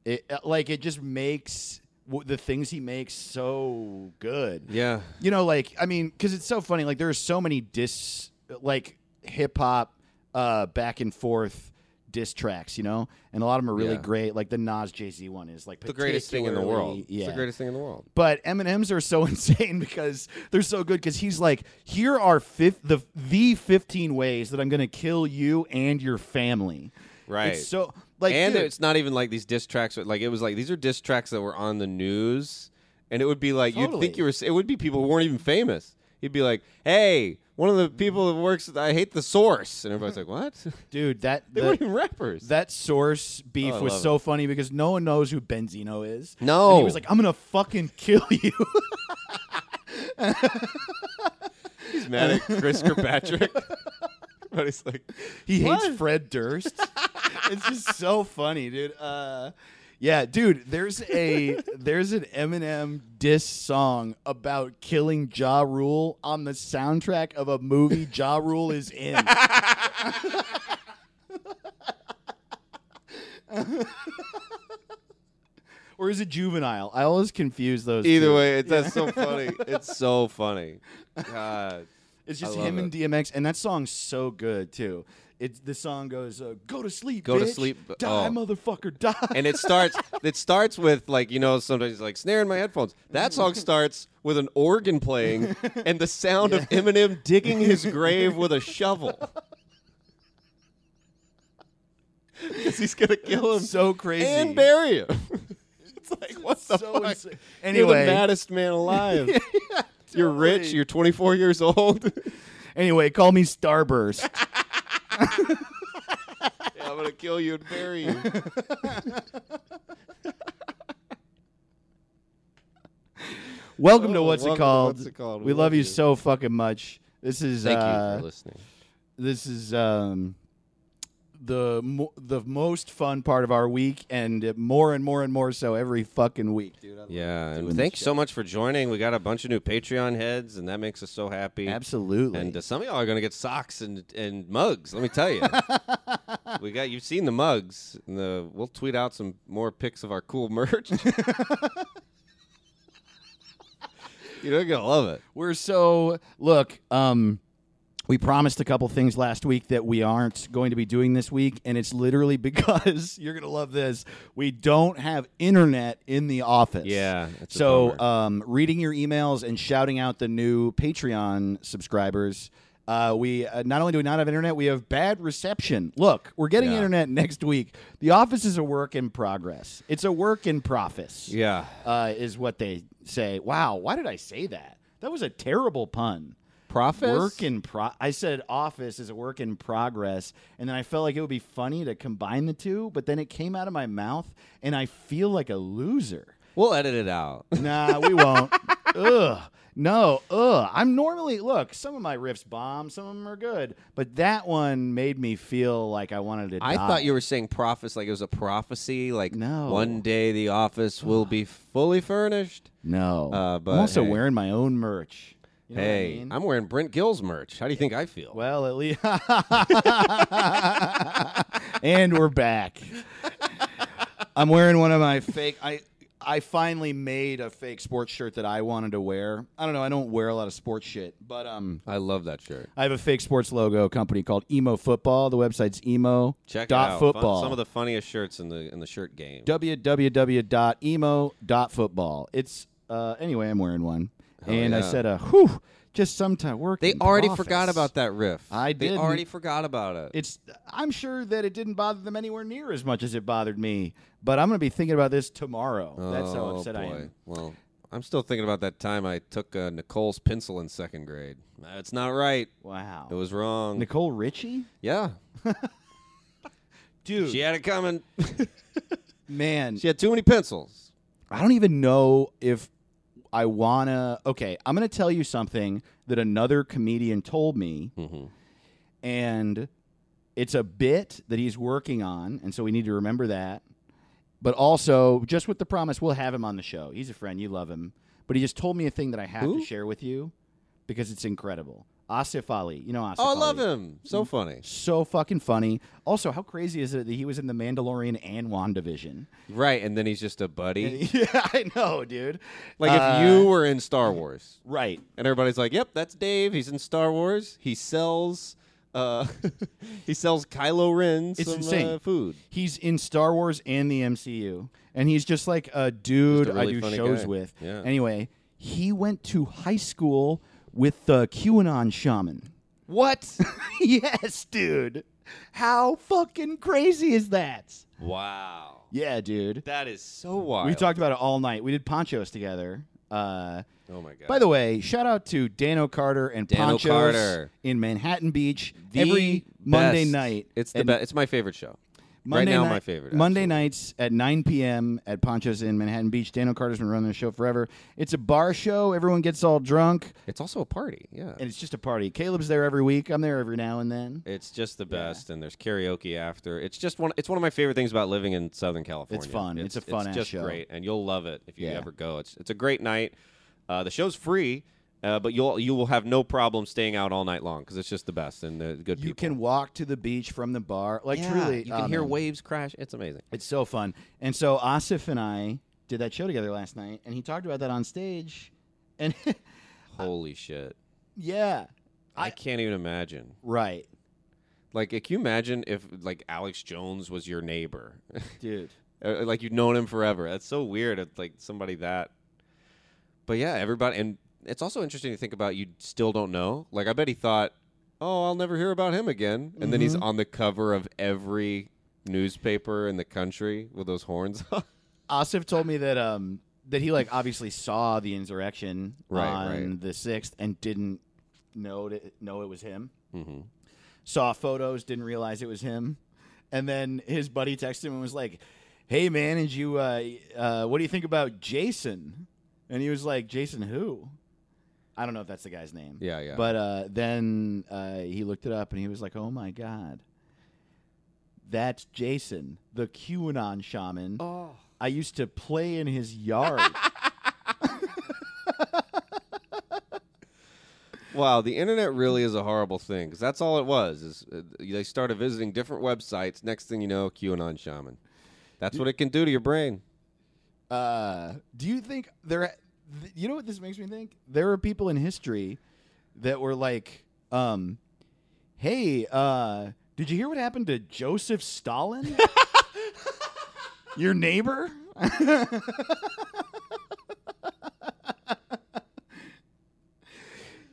Speaker 4: it, uh, like it just makes w- the things he makes so good.
Speaker 2: yeah,
Speaker 4: You know, like I mean, because it's so funny. Like there are so many diss, like hip hop, uh, back and forth diss tracks. You know, and a lot of them are really
Speaker 2: Yeah.
Speaker 4: great. Like the Nas Jay Z one is like
Speaker 2: the greatest thing in the world.
Speaker 4: particularly- Yeah,
Speaker 2: It's the greatest thing in the world.
Speaker 4: but M and M's are so (laughs) insane because they're so good. Because he's like, here are fif- the the fifteen ways that I'm gonna kill you and your family.
Speaker 2: Right.
Speaker 4: It's so like,
Speaker 2: and
Speaker 4: dude,
Speaker 2: it's not even like these diss tracks. but, Like it was like these are diss tracks that were on the news, and it would be like you'd think
Speaker 4: Totally.
Speaker 2: you were. It would be people who weren't even famous. He'd be like, "Hey, one of the people that works. I hate the source," and everybody's like, "What? (laughs)
Speaker 4: dude, that
Speaker 2: they
Speaker 4: that-
Speaker 2: weren't even rappers."
Speaker 4: that source beef
Speaker 2: Oh, I
Speaker 4: was
Speaker 2: love
Speaker 4: so funny because no one knows who Benzino is.
Speaker 2: No.
Speaker 4: And he was like, I'm gonna fucking kill (laughs) you.
Speaker 2: He's mad (laughs) at Chris Kirkpatrick. everybody's like,
Speaker 4: He
Speaker 2: What?
Speaker 4: hates Fred Durst. (laughs) it's just so funny, dude. Uh, yeah, dude. There's a (laughs) there's an Eminem diss song about killing Ja Rule on the soundtrack of a movie Ja Rule
Speaker 2: (laughs)
Speaker 4: is in. or is it Juvenile? I always confuse those.
Speaker 2: "Either
Speaker 4: two.
Speaker 2: way, it, that's so (laughs) funny. It's so funny." God.
Speaker 4: It's
Speaker 2: I
Speaker 4: just
Speaker 2: love
Speaker 4: him and
Speaker 2: it.
Speaker 4: DMX, and that song's so good too. It's the song goes, uh, "Go to sleep,
Speaker 2: Go to
Speaker 4: bitch.
Speaker 2: sleep, b-
Speaker 4: die,
Speaker 2: oh.
Speaker 4: motherfucker, die."
Speaker 2: and it (laughs) starts it starts with like you know sometimes it's like snare in my headphones that song starts with an organ (laughs) playing and the sound of eminem digging (laughs) his grave with a (laughs) shovel because he's gonna kill him
Speaker 4: (laughs) so crazy.
Speaker 2: and bury him (laughs) it's like what the
Speaker 4: so
Speaker 2: fuck
Speaker 4: insane.
Speaker 2: You're (laughs)
Speaker 4: Anyway,
Speaker 2: the maddest man alive You're rich. You're 24 years old.
Speaker 4: Anyway, call me Starburst.
Speaker 2: (laughs) I'm gonna kill you and bury (laughs) you.
Speaker 4: welcome to
Speaker 2: Oh,
Speaker 4: what's
Speaker 2: welcome
Speaker 4: it
Speaker 2: to
Speaker 4: called?
Speaker 2: What's It Called.
Speaker 4: We love you so fucking much. This is
Speaker 2: Thank
Speaker 4: uh,
Speaker 2: you for listening.
Speaker 4: this is um, the mo- the most fun part of our week, and more and more and more so every fucking week, dude. I love
Speaker 2: Yeah,
Speaker 4: doing this
Speaker 2: and thanks
Speaker 4: shit.
Speaker 2: so much for joining. We got a bunch of new Patreon heads, and that makes us so happy.
Speaker 4: Absolutely.
Speaker 2: And uh, some of y'all are gonna get socks and and mugs. Let me tell you, we got you've seen the mugs. And the, we'll tweet out some more pics of our cool (laughs) merch. you know, you're gonna love it.
Speaker 4: We're so look. Um, we promised a couple things last week that we aren't going to be doing this week, and it's literally (laughs) because you're gonna love this. We don't have internet in the office.
Speaker 2: Yeah, it's a
Speaker 4: So
Speaker 2: bummer.
Speaker 4: um, reading your emails and shouting out the new Patreon subscribers. Uh, we uh, not only do we not have internet, we have bad reception. Look, we're getting
Speaker 2: Yeah.
Speaker 4: internet next week. The office is a work in progress. It's a work in profits
Speaker 2: Yeah,
Speaker 4: uh, is what they say. Wow, why did I say that? That was a terrible pun.
Speaker 3: Profits?
Speaker 4: Work in pro. I said office is a work in progress, and then I felt like it would be funny to combine the two, but then it came out of my mouth, and I feel like a loser.
Speaker 2: we'll edit it out.
Speaker 4: Nah,
Speaker 2: (laughs)
Speaker 4: we won't. ugh. No, ugh. I'm normally look. Some of my riffs bomb, some of them are good, but that one made me feel like I wanted to.
Speaker 2: I
Speaker 4: die.
Speaker 2: thought you were saying prophets, like it was a prophecy, like
Speaker 4: No.
Speaker 2: one day the office will
Speaker 4: (sighs)
Speaker 2: be fully furnished.
Speaker 4: no.
Speaker 2: Uh, but
Speaker 4: I'm also
Speaker 2: hey.
Speaker 4: wearing my own merch. You know what I
Speaker 2: hey,
Speaker 4: mean?
Speaker 2: I'm wearing Brent Gill's merch. How do you think I feel?
Speaker 4: Well, at least. (laughs) and we're back. I'm wearing one of my fake. I I finally made a fake sports shirt that I wanted to wear. I don't know. I don't wear a lot of sports shit, but um,
Speaker 2: I love that shirt.
Speaker 4: I have a fake sports logo company called Emo Football. The website's emo
Speaker 2: Check
Speaker 4: dot
Speaker 2: it out. Fun-
Speaker 4: football.
Speaker 2: some of the funniest shirts in the in the shirt game.
Speaker 4: www.emo.football. It's uh anyway, I'm wearing one, and I
Speaker 2: yeah.
Speaker 4: said a whew. Just sometime work.
Speaker 2: They
Speaker 4: in
Speaker 2: already
Speaker 4: profits."
Speaker 2: forgot about that riff.
Speaker 4: I
Speaker 2: They
Speaker 4: didn't.
Speaker 2: already forgot about it.
Speaker 4: it's I'm sure that it didn't bother them anywhere near as much as it bothered me. But I'm gonna be thinking about this tomorrow. That's how
Speaker 2: Oh,
Speaker 4: upset I am.
Speaker 2: Well, I'm still thinking about that time I took uh, Nicole's pencil in second grade. That's not right.
Speaker 4: Wow.
Speaker 2: It was wrong.
Speaker 4: Nicole Richie?
Speaker 2: yeah,
Speaker 4: Dude,
Speaker 2: she had it
Speaker 4: (laughs)
Speaker 2: coming.
Speaker 4: man.
Speaker 2: she had too many pencils.
Speaker 4: I don't even know if I wanna okay, I'm gonna tell you something that another comedian told me
Speaker 2: Mm-hmm.
Speaker 4: and it's a bit that he's working on, and so we need to remember that. But also, just with the promise, we'll have him on the show. He's a friend, you love him. But he just told me a thing that I have
Speaker 2: Who?
Speaker 4: to share with you because it's incredible. Asif Ali, you know Asif
Speaker 2: Oh, I
Speaker 4: Ali.
Speaker 2: love him. So
Speaker 4: Mm-hmm.
Speaker 2: funny.
Speaker 4: So fucking funny. Also, how crazy is it that he was in The Mandalorian and WandaVision? (laughs)
Speaker 2: Right, and then he's just a buddy.
Speaker 4: yeah, I know, dude.
Speaker 2: (laughs) Like if
Speaker 4: Uh,
Speaker 2: you were in Star Wars,
Speaker 4: right,
Speaker 2: and everybody's like, "Yep, that's Dave. He's in Star Wars. He sells, uh, (laughs) he sells Kylo Ren
Speaker 4: It's
Speaker 2: some
Speaker 4: insane.
Speaker 2: Uh, food."
Speaker 4: He's in Star Wars and the MCU, and he's just like a dude
Speaker 2: Just a really
Speaker 4: I do
Speaker 2: funny
Speaker 4: shows
Speaker 2: guy.
Speaker 4: with.
Speaker 2: Yeah.
Speaker 4: Anyway, he went to high school with the QAnon shaman.
Speaker 2: What?
Speaker 4: (laughs) yes, dude. How fucking crazy is that?
Speaker 2: wow,
Speaker 4: Yeah, dude.
Speaker 2: that is so wild.
Speaker 4: We talked about it all night. We did ponchos together. Uh,
Speaker 2: Oh my god.
Speaker 4: by the way, shout out to Dano Carter and
Speaker 2: Dano
Speaker 4: Ponchos
Speaker 2: Carter.
Speaker 4: in Manhattan Beach
Speaker 2: The
Speaker 4: every Monday
Speaker 2: best.
Speaker 4: night.
Speaker 2: It's the
Speaker 4: And
Speaker 2: best. It's my favorite show.
Speaker 4: Monday
Speaker 2: now,
Speaker 4: night-
Speaker 2: my favorite,
Speaker 4: Monday
Speaker 2: absolutely.
Speaker 4: nights at 9 p.m. at Poncho's in Manhattan Beach. Daniel Carter's been running the show forever. It's a bar show. Everyone gets all drunk,
Speaker 2: It's also a party. Yeah.
Speaker 4: and it's just a party. Caleb's there every week. I'm there every now and then.
Speaker 2: It's just the best, and there's karaoke after. It's just one. It's one of my favorite things about living in Southern California.
Speaker 4: fun. It's a fun-ass
Speaker 2: It's just
Speaker 4: show.
Speaker 2: great, and you'll love it if you
Speaker 4: Yeah.
Speaker 2: ever go. It's it's a great night. Uh, the show's free, uh, but you'll you will have no problem staying out all night long because it's just the best and the good
Speaker 4: You
Speaker 2: people.
Speaker 4: can walk to the beach from the bar. Like
Speaker 2: Yeah,
Speaker 4: truly,
Speaker 2: you can
Speaker 4: oh,
Speaker 2: hear
Speaker 4: man.
Speaker 2: waves crash. It's amazing.
Speaker 4: It's so fun. And so Asif and I did that show together last night, and he talked about that on stage. And (laughs)
Speaker 2: Holy shit!
Speaker 4: yeah,
Speaker 2: I,
Speaker 4: I-
Speaker 2: can't even imagine.
Speaker 4: right,
Speaker 2: Like, can you imagine if like Alex Jones was your neighbor?
Speaker 4: dude.
Speaker 2: Uh, like you've known him forever. That's so weird. It's like somebody that. But yeah, everybody, and it's also interesting to think about. You still don't know. Like I bet he thought, "Oh, I'll never hear about him again," and then he's on the cover of every newspaper in the country with those horns. (laughs) on.
Speaker 4: Asif told me that um, that he like obviously saw the insurrection
Speaker 2: Right,
Speaker 4: on
Speaker 2: right.
Speaker 4: the sixth and didn't know to, know it was him.
Speaker 2: Mhm.
Speaker 4: Saw photos, didn't realize it was him, and then his buddy texted him and was like, "Hey man, did you uh, uh, what do you think about Jason?" And he was like, "Jason who?" I don't know if that's the guy's name.
Speaker 2: Yeah, yeah.
Speaker 4: But uh, then uh, he looked it up and he was like, "Oh my god." That's Jason, the QAnon shaman.
Speaker 2: Oh.
Speaker 4: I used to play in his yard.
Speaker 2: Wow, the internet really is a horrible thing because that's all it was. Is uh, they started visiting different websites. Next thing you know, QAnon shaman. That's what it can do to your brain.
Speaker 4: uh, do you think there? th- You know what this makes me think? There are people in history that were like, um, "Hey, uh, did you hear what happened to Joseph Stalin? your neighbor?"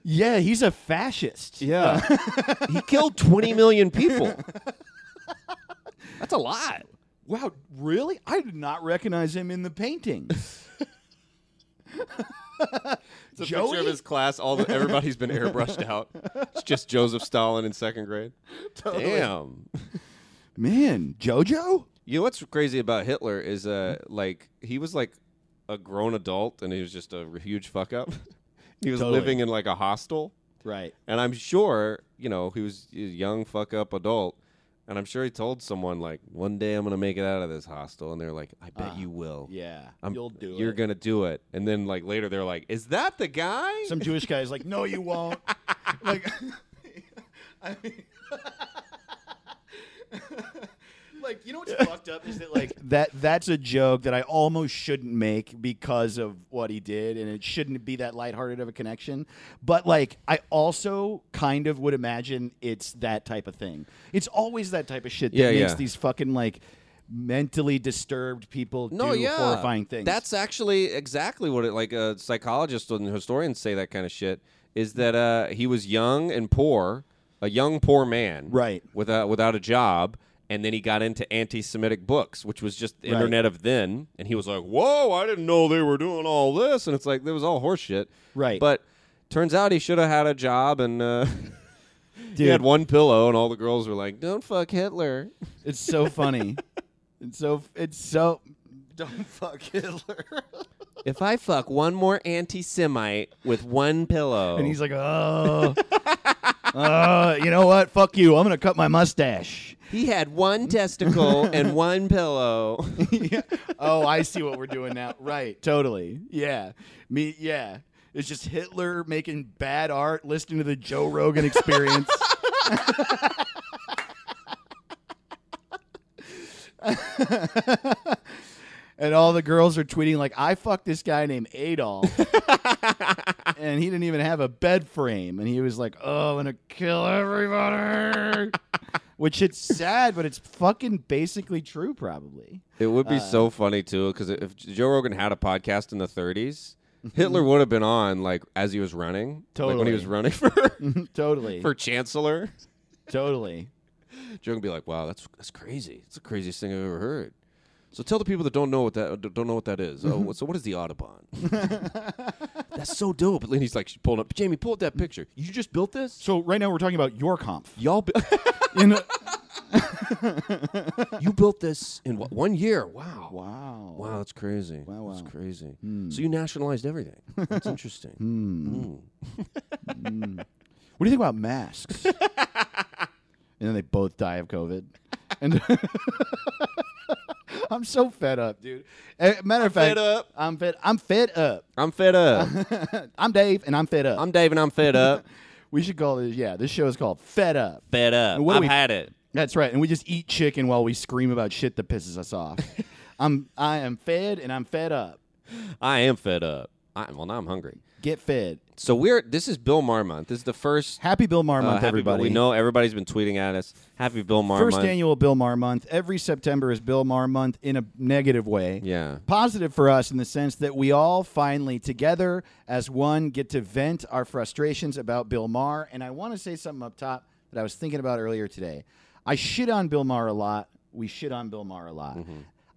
Speaker 4: yeah, he's a fascist.
Speaker 2: Yeah, (laughs) he killed 20 million people. That's a lot.
Speaker 4: Wow, really? I did not recognize him in
Speaker 2: (laughs)
Speaker 4: the (laughs) paintings.
Speaker 2: It's a
Speaker 4: Joey?
Speaker 2: picture of his class. All the, everybody's been airbrushed out. It's just Joseph Stalin in second grade. Damn.
Speaker 4: Man, JoJo?
Speaker 2: You know what's crazy about Hitler is uh like he was like a grown adult and he was just a huge fuck up. (laughs) he was
Speaker 4: Totally.
Speaker 2: living in like a hostel.
Speaker 4: Right.
Speaker 2: And I'm sure, you know, he was a young fuck up adult. And I'm sure he told someone, like, one day I'm going to make it out of this hostel. And they're like, I bet you will.
Speaker 4: Yeah.
Speaker 2: I'm,
Speaker 4: you'll do
Speaker 2: You're
Speaker 4: it.
Speaker 2: going to do it. And then, like, later they're like, is that the guy?
Speaker 4: Some Jewish guy's like, no, you (laughs) won't. like, I mean, (laughs) like, you know what's fucked up is that, like, that that's a joke that I almost shouldn't make because of what he did, and it shouldn't be that lighthearted of a connection. But, like, I also kind of would imagine it's that type of thing. It's always that type of shit that
Speaker 2: Yeah,
Speaker 4: makes
Speaker 2: yeah.
Speaker 4: these fucking, like, mentally disturbed people
Speaker 2: no,
Speaker 4: do
Speaker 2: yeah.
Speaker 4: horrifying things.
Speaker 2: That's actually exactly what it, like, uh, psychologists and historians say that kind of shit is that uh, he was young and poor, a young poor man.
Speaker 4: Right.
Speaker 2: Without, without a job. And then he got into anti Semitic books, which was just the
Speaker 4: Right.
Speaker 2: internet of then. And he was like, whoa, I didn't know they were doing all this. And it's like, that was all horseshit.
Speaker 4: Right.
Speaker 2: But turns out he should have had a job and. Uh, (laughs) He
Speaker 4: Dude.
Speaker 2: had one pillow, and all the girls were like, "Don't fuck Hitler."
Speaker 4: It's so (laughs) funny. it's so it's so don't fuck Hitler.
Speaker 2: if I fuck one more anti-Semite with one pillow,
Speaker 4: and he's like, "Oh. uh, you know what? Fuck you. I'm going to cut my mustache."
Speaker 2: he had one
Speaker 4: (laughs)
Speaker 2: testicle and one pillow.
Speaker 4: Yeah. Oh, I see what we're doing now. Right. Totally. Yeah. Me yeah. It's just Hitler making bad art, listening to the Joe Rogan experience. and all the girls are tweeting like, "I fucked this guy named Adolf, and he didn't even have a bed frame, and he was like, oh, I'm gonna kill everybody." Which it's sad, but it's fucking basically true, probably. (laughs)
Speaker 2: It would be so funny too, because if Joe Rogan had a podcast in the 30s, Hitler would have been on like as he was running, like when
Speaker 4: Totally.
Speaker 2: he was running
Speaker 4: (laughs)
Speaker 2: for
Speaker 4: totally,
Speaker 2: for chancellor.
Speaker 4: totally.
Speaker 2: Joe would be like, "Wow, that's that's crazy. It's the craziest thing I've ever heard." So tell the people that don't know what that don't know what that is.
Speaker 4: (laughs)
Speaker 2: Oh, so what is the Audubon? that's so dope. And he's like pulling up. Jamie, pull up that picture. You just built this.
Speaker 4: So right now we're talking about your comp.
Speaker 2: Y'all, bu- (laughs)
Speaker 4: You know-
Speaker 2: you built this in what, one year. Wow.
Speaker 4: (laughs) wow.
Speaker 2: Wow, that's crazy.
Speaker 4: Wow, wow. Hmm.
Speaker 2: That's crazy. So you nationalized everything.
Speaker 4: (laughs)
Speaker 2: That's interesting. Mm.
Speaker 4: What do you think about masks? and then they both die of COVID. And (laughs) I'm so fed up, dude. Eh, Matter of fact,
Speaker 2: fed up.
Speaker 4: I'm fed. I'm fed up.
Speaker 2: I'm fed
Speaker 4: (laughs)
Speaker 2: up.
Speaker 4: I'm Dave, and I'm fed up.
Speaker 2: I'm Dave, and I'm fed up.
Speaker 4: we should call this. Yeah, this show is called Fed Up.
Speaker 2: Fed up.
Speaker 4: What do
Speaker 2: I've
Speaker 4: we-
Speaker 2: had it.
Speaker 4: That's right. And we just eat chicken while we scream about shit that pisses us
Speaker 2: (laughs)
Speaker 4: off. I'm. I am fed, and I'm fed up.
Speaker 2: I am fed up. I, well, now I'm hungry.
Speaker 4: Get fed.
Speaker 2: So we're. This is Bill Marmont. This is the first
Speaker 4: Happy Bill
Speaker 2: Uh,
Speaker 4: Marmont,
Speaker 2: happy
Speaker 4: everybody.
Speaker 2: Bill. We know everybody's been tweeting at us. Happy Bill Marmont.
Speaker 4: First annual Bill Maher month. Every September is Bill Maher month in a negative way.
Speaker 2: Yeah.
Speaker 4: Positive for us in the sense that we all finally together as one get to vent our frustrations about Bill Maher. And I want to say something up top that I was thinking about earlier today. I shit on Bill Maher a lot. We shit on Bill Maher a lot.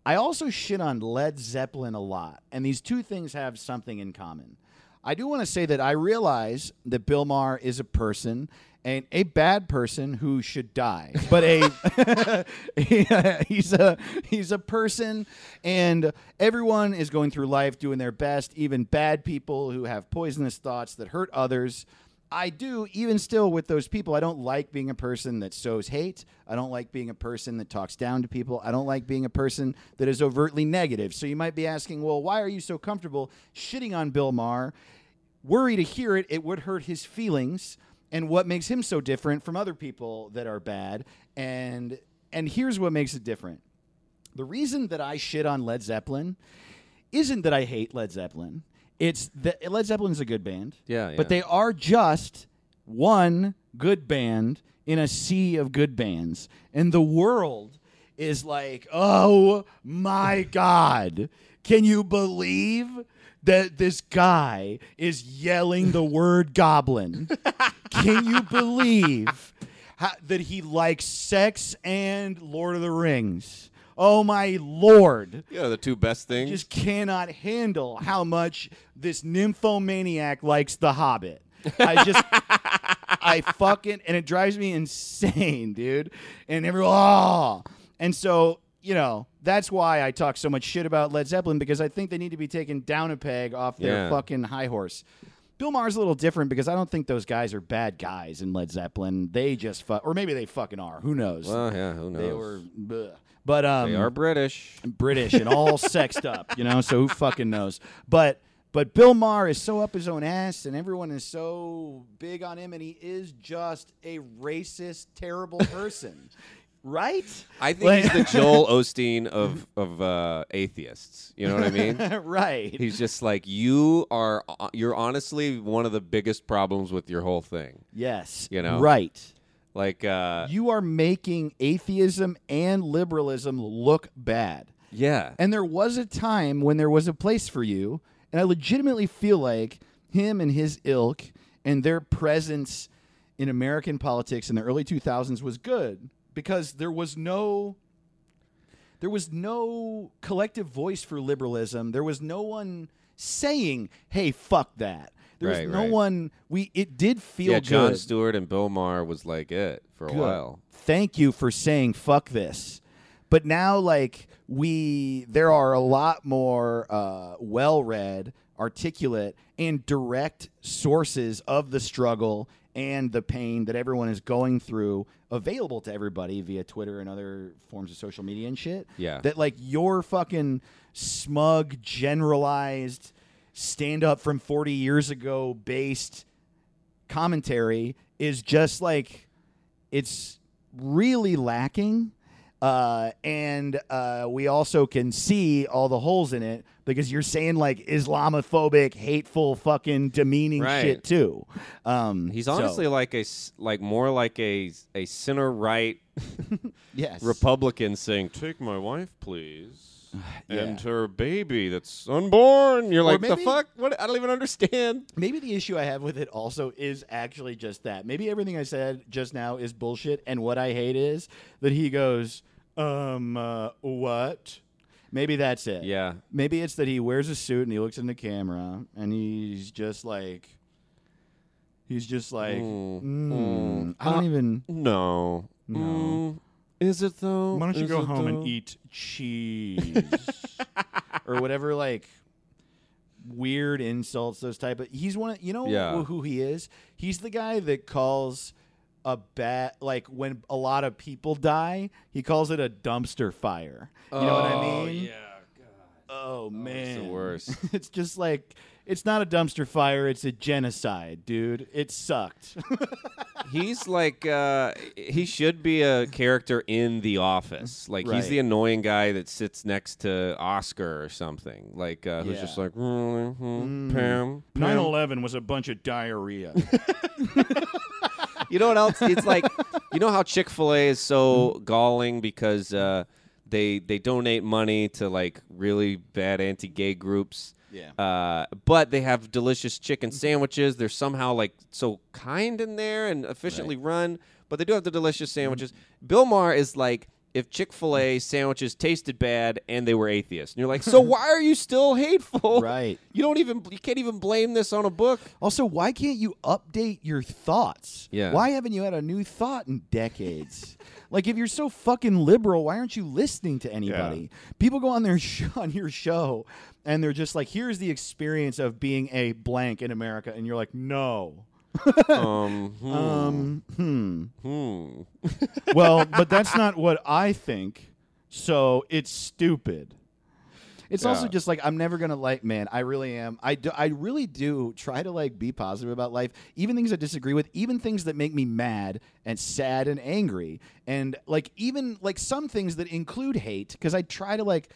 Speaker 4: I also shit on Led Zeppelin a lot, and these two things have something in common. I do want to say that I realize that Bill Maher is a person and a bad person who should die, but a (laughs) he's a he's a person, and everyone is going through life doing their best, even bad people who have poisonous thoughts that hurt others. I do, even still with those people, I don't like being a person that sows hate. I don't like being a person that talks down to people. I don't like being a person that is overtly negative. So you might be asking, well, why are you so comfortable shitting on Bill Maher? Worry to hear it, it would hurt his feelings. And what makes him so different from other people that are bad? And and here's what makes it different. The reason that I shit on Led Zeppelin isn't that I hate Led Zeppelin. It's that Led Zeppelin's a good band.
Speaker 2: Yeah,
Speaker 4: But
Speaker 2: yeah.
Speaker 4: they are just one good band in a sea of good bands. And the world is like, oh my God, can you believe that this guy is yelling the word goblin? can you believe how, that he likes sex and Lord of the Rings? Oh my Lord.
Speaker 2: Yeah, the two best things.
Speaker 4: Just cannot handle how much this nymphomaniac likes The Hobbit.
Speaker 2: (laughs)
Speaker 4: I just, I fucking, and it drives me insane, dude. And everyone, oh. And so, you know, that's why I talk so much shit about Led Zeppelin because I think they need to be taken down a peg off their
Speaker 2: Yeah.
Speaker 4: fucking high horse. Bill Maher's a little different because I don't think those guys are bad guys in Led Zeppelin. They just fuck, or maybe they fucking are. Who knows?
Speaker 2: well, yeah, who knows?
Speaker 4: they were, bleh. but um,
Speaker 2: They are British.
Speaker 4: (laughs) British
Speaker 2: (laughs)
Speaker 4: and all sexed up, you know. So who fucking knows? But but Bill Maher is so up his own ass, and everyone is so big on him, and he is just a racist,
Speaker 2: (laughs)
Speaker 4: terrible person, right?
Speaker 2: I think he's the Joel Osteen of of uh, atheists. You know what I
Speaker 4: (laughs)
Speaker 2: mean?
Speaker 4: right.
Speaker 2: He's just like you are. You're honestly one of the biggest problems with your whole thing.
Speaker 4: yes.
Speaker 2: You know.
Speaker 4: Right.
Speaker 2: Like, uh,
Speaker 4: You are making atheism and liberalism look bad.
Speaker 2: yeah,
Speaker 4: And there was a time when there was a place for you, and I legitimately feel like him and his ilk and their presence in American politics in the early 2000s was good because there was no there was no collective voice for liberalism. There was no one saying, "Hey, fuck that." There
Speaker 2: Right,
Speaker 4: was no
Speaker 2: right.
Speaker 4: one we it did feel
Speaker 2: yeah. John
Speaker 4: good.
Speaker 2: Stewart and Bill Maher was like it for a
Speaker 4: Good.
Speaker 2: while.
Speaker 4: Thank you for saying fuck this. But now, like, we, there are a lot more uh, well read, articulate, and direct sources of the struggle and the pain that everyone is going through available to everybody via Twitter and other forms of social media and shit.
Speaker 2: Yeah.
Speaker 4: That, like, your fucking smug, generalized, stand up from 40 years ago based commentary is just like it's really lacking. Uh, and uh, we also can see all the holes in it because you're saying like Islamophobic, hateful, fucking demeaning
Speaker 2: Right.
Speaker 4: shit too. Um,
Speaker 2: He's
Speaker 4: so-
Speaker 2: honestly like a s- like more like a a center
Speaker 4: (laughs)
Speaker 2: right
Speaker 4: yes,
Speaker 2: Republican saying, "Take my wife, please." And
Speaker 4: (sighs) Yeah.
Speaker 2: her baby that's unborn. You're like, the
Speaker 4: maybe-
Speaker 2: fuck? What? I don't even understand.
Speaker 4: Maybe the issue I have with it also is actually just that. Maybe everything I said just now is bullshit, and what I hate is that he goes, um, uh, what? Maybe that's it.
Speaker 2: Yeah.
Speaker 4: Maybe it's that he wears a suit and he looks in the camera and he's just like, he's just like,
Speaker 2: Mm,
Speaker 4: "Mm,
Speaker 2: mm.
Speaker 4: I don't even.
Speaker 2: No.
Speaker 4: No.
Speaker 2: Mm. Is it though?
Speaker 4: Why don't you
Speaker 2: Is
Speaker 4: go
Speaker 2: it,
Speaker 4: home
Speaker 2: though?
Speaker 4: and eat cheese (laughs) or whatever? Like weird insults, those type of. He's one. Of, you know
Speaker 2: Yeah.
Speaker 4: wh- who he is. He's the guy that calls a bat like when a lot of people die. He calls it a dumpster fire. You know what I mean? Oh
Speaker 2: the
Speaker 4: man,
Speaker 2: worst.
Speaker 4: (laughs) it's just like it's not a dumpster fire. It's a genocide, dude. It (laughs) sucked.
Speaker 2: He's like uh he should be a character in The Office. Like
Speaker 4: Right.
Speaker 2: he's the annoying guy that sits next to Oscar or something. Like uh, who's
Speaker 4: Yeah.
Speaker 2: just like mm, mm, Pam.
Speaker 4: 9-11 was a bunch of diarrhea.
Speaker 2: You know what else? It's like you know how Chick Fil A is so galling because uh, they they donate money to like really bad anti-gay groups.
Speaker 4: (laughs) Yeah.
Speaker 2: Uh, but they have delicious chicken sandwiches. They're somehow like so kind in there and efficiently run. But they do have the delicious sandwiches. Bill Maher is like if Chick Fil A sandwiches tasted bad and they were atheists, and you're like, so why are you still hateful?
Speaker 4: Right.
Speaker 2: You don't even you can't even blame this on a book.
Speaker 4: Also, why can't you update your thoughts?
Speaker 2: Yeah.
Speaker 4: Why haven't you had a new thought in decades? (laughs) like, if you're so fucking liberal, why aren't you listening to anybody? People go on their (laughs) sh- on your show, and they're just like, "Here's the experience of being a blank in America," and you're like, "No."
Speaker 2: um, hmm,
Speaker 4: Um. Hmm.
Speaker 2: hmm.
Speaker 4: well, but that's not what I think. So it's stupid. It's also
Speaker 2: Yeah.
Speaker 4: just like I'm never gonna like, man. I really am. I do, I really do try to like be positive about life, even things I disagree with, even things that make me mad and sad and angry, and like even like some things that include hate, because I try to like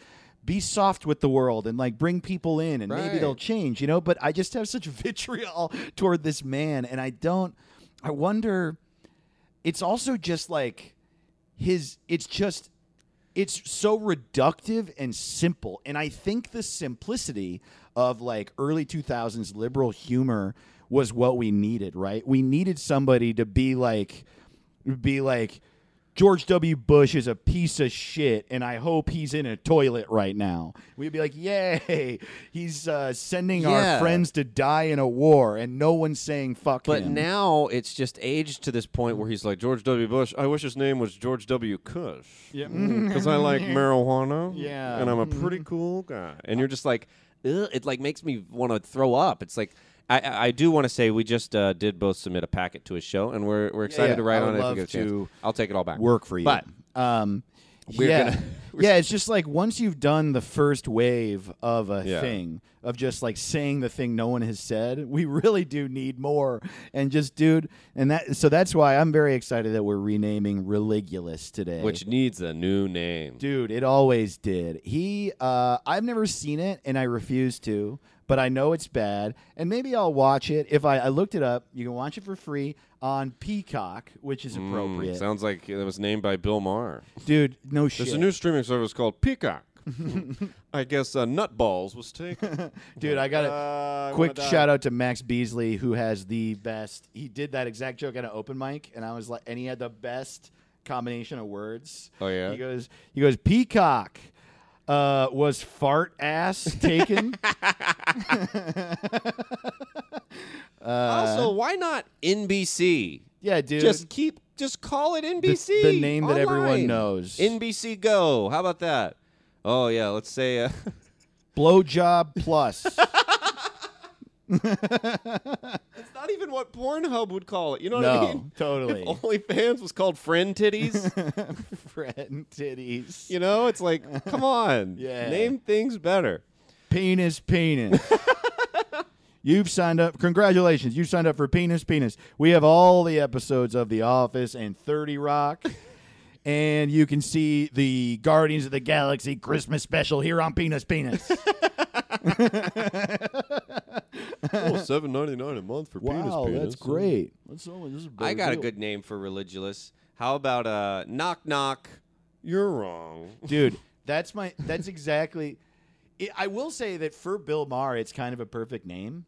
Speaker 4: be soft with the world and like bring people in, and maybe
Speaker 2: Right.
Speaker 4: they'll change, you know. But I just have such (laughs) vitriol toward this man, and I don't. I wonder it's also just like his it's just it's so reductive and simple and i think the simplicity of like early 2000s liberal humor was what we needed right we needed somebody to be like be like George W. Bush is a piece of shit, and I hope he's in a toilet right now. We'd be like, "Yay, he's uh, sending our
Speaker 2: Yeah.
Speaker 4: friends to die in a war," and no one's saying "fuck
Speaker 2: But
Speaker 4: him."
Speaker 2: now it's just aged to this point where he's like George W. Bush. I wish his name was George W. Cush.
Speaker 4: Yeah.
Speaker 2: because I
Speaker 4: (laughs)
Speaker 2: like marijuana.
Speaker 4: Yeah. Mm-hmm.
Speaker 2: and I'm a pretty cool guy. And you're just like, Ugh, it like makes me want to throw up. It's like. I- I, I do want to say we just uh, did both submit a packet to a show, and we're, we're excited
Speaker 4: yeah.
Speaker 2: to write
Speaker 4: I
Speaker 2: on
Speaker 4: would
Speaker 2: it. if we
Speaker 4: love
Speaker 2: get a chance.
Speaker 4: to
Speaker 2: I'll take it all back.
Speaker 4: work for you.
Speaker 2: But
Speaker 4: um,
Speaker 2: we're
Speaker 4: yeah,
Speaker 2: gonna- (laughs)
Speaker 4: yeah, it's just like once you've done the first wave of a
Speaker 2: Yeah.
Speaker 4: thing of just like saying the thing no one has said, (laughs) we really do need more. And just dude, and that so that's why I'm very excited that we're renaming Religulous today.
Speaker 2: which needs a new name.
Speaker 4: dude, it always did. He, uh, I've never seen it, and I refuse to. But I know it's bad, and maybe I'll watch it if I, I looked it up. You can watch it for free on Peacock, which is
Speaker 2: Mm,
Speaker 4: appropriate.
Speaker 2: sounds like it was named by Bill Maher.
Speaker 4: Dude, no shit.
Speaker 2: There's a new streaming service called Peacock. (laughs) I guess uh, Nutballs was
Speaker 4: (laughs)
Speaker 2: taken. Uh,
Speaker 4: Dude, Uh, I got a quick shout out to Max Beasley, who has the best. He did that exact joke at an open mic, and I was like, and he had the best combination of words.
Speaker 2: Oh, yeah?
Speaker 4: He goes, he goes, peacock. Uh, was fart ass (laughs) taken?
Speaker 2: also, why not NBC?
Speaker 4: yeah, dude.
Speaker 2: Just keep, just call it NBC.
Speaker 4: the name that everyone
Speaker 2: online.
Speaker 4: knows.
Speaker 2: NBC Go. How about that? Oh yeah, let's say. Uh, (laughs)
Speaker 4: blowjob plus.
Speaker 2: it's not even what Pornhub would call it. You know what I
Speaker 4: (laughs)
Speaker 2: (laughs)
Speaker 4: no,
Speaker 2: mean?
Speaker 4: totally.
Speaker 2: If OnlyFans was called Friend
Speaker 4: (laughs)
Speaker 2: Titties,
Speaker 4: Friend titties.
Speaker 2: you know, it's like, come on,
Speaker 4: Yeah.
Speaker 2: name things
Speaker 4: (laughs)
Speaker 2: better.
Speaker 4: penis (laughs) penis you've signed up congratulations you signed up for penis penis we have all the episodes of the office and 30 (laughs) rock and you can see the guardians of the galaxy christmas special here on penis (laughs) penis
Speaker 2: Oh, seven ninety nine a month for
Speaker 4: wow that's great that's only, this is
Speaker 2: I got a good name for religulous. How about uh, knock knock? You're wrong. (laughs)
Speaker 4: dude that's my that's exactly i i will say that for bill maher it's kind of a perfect name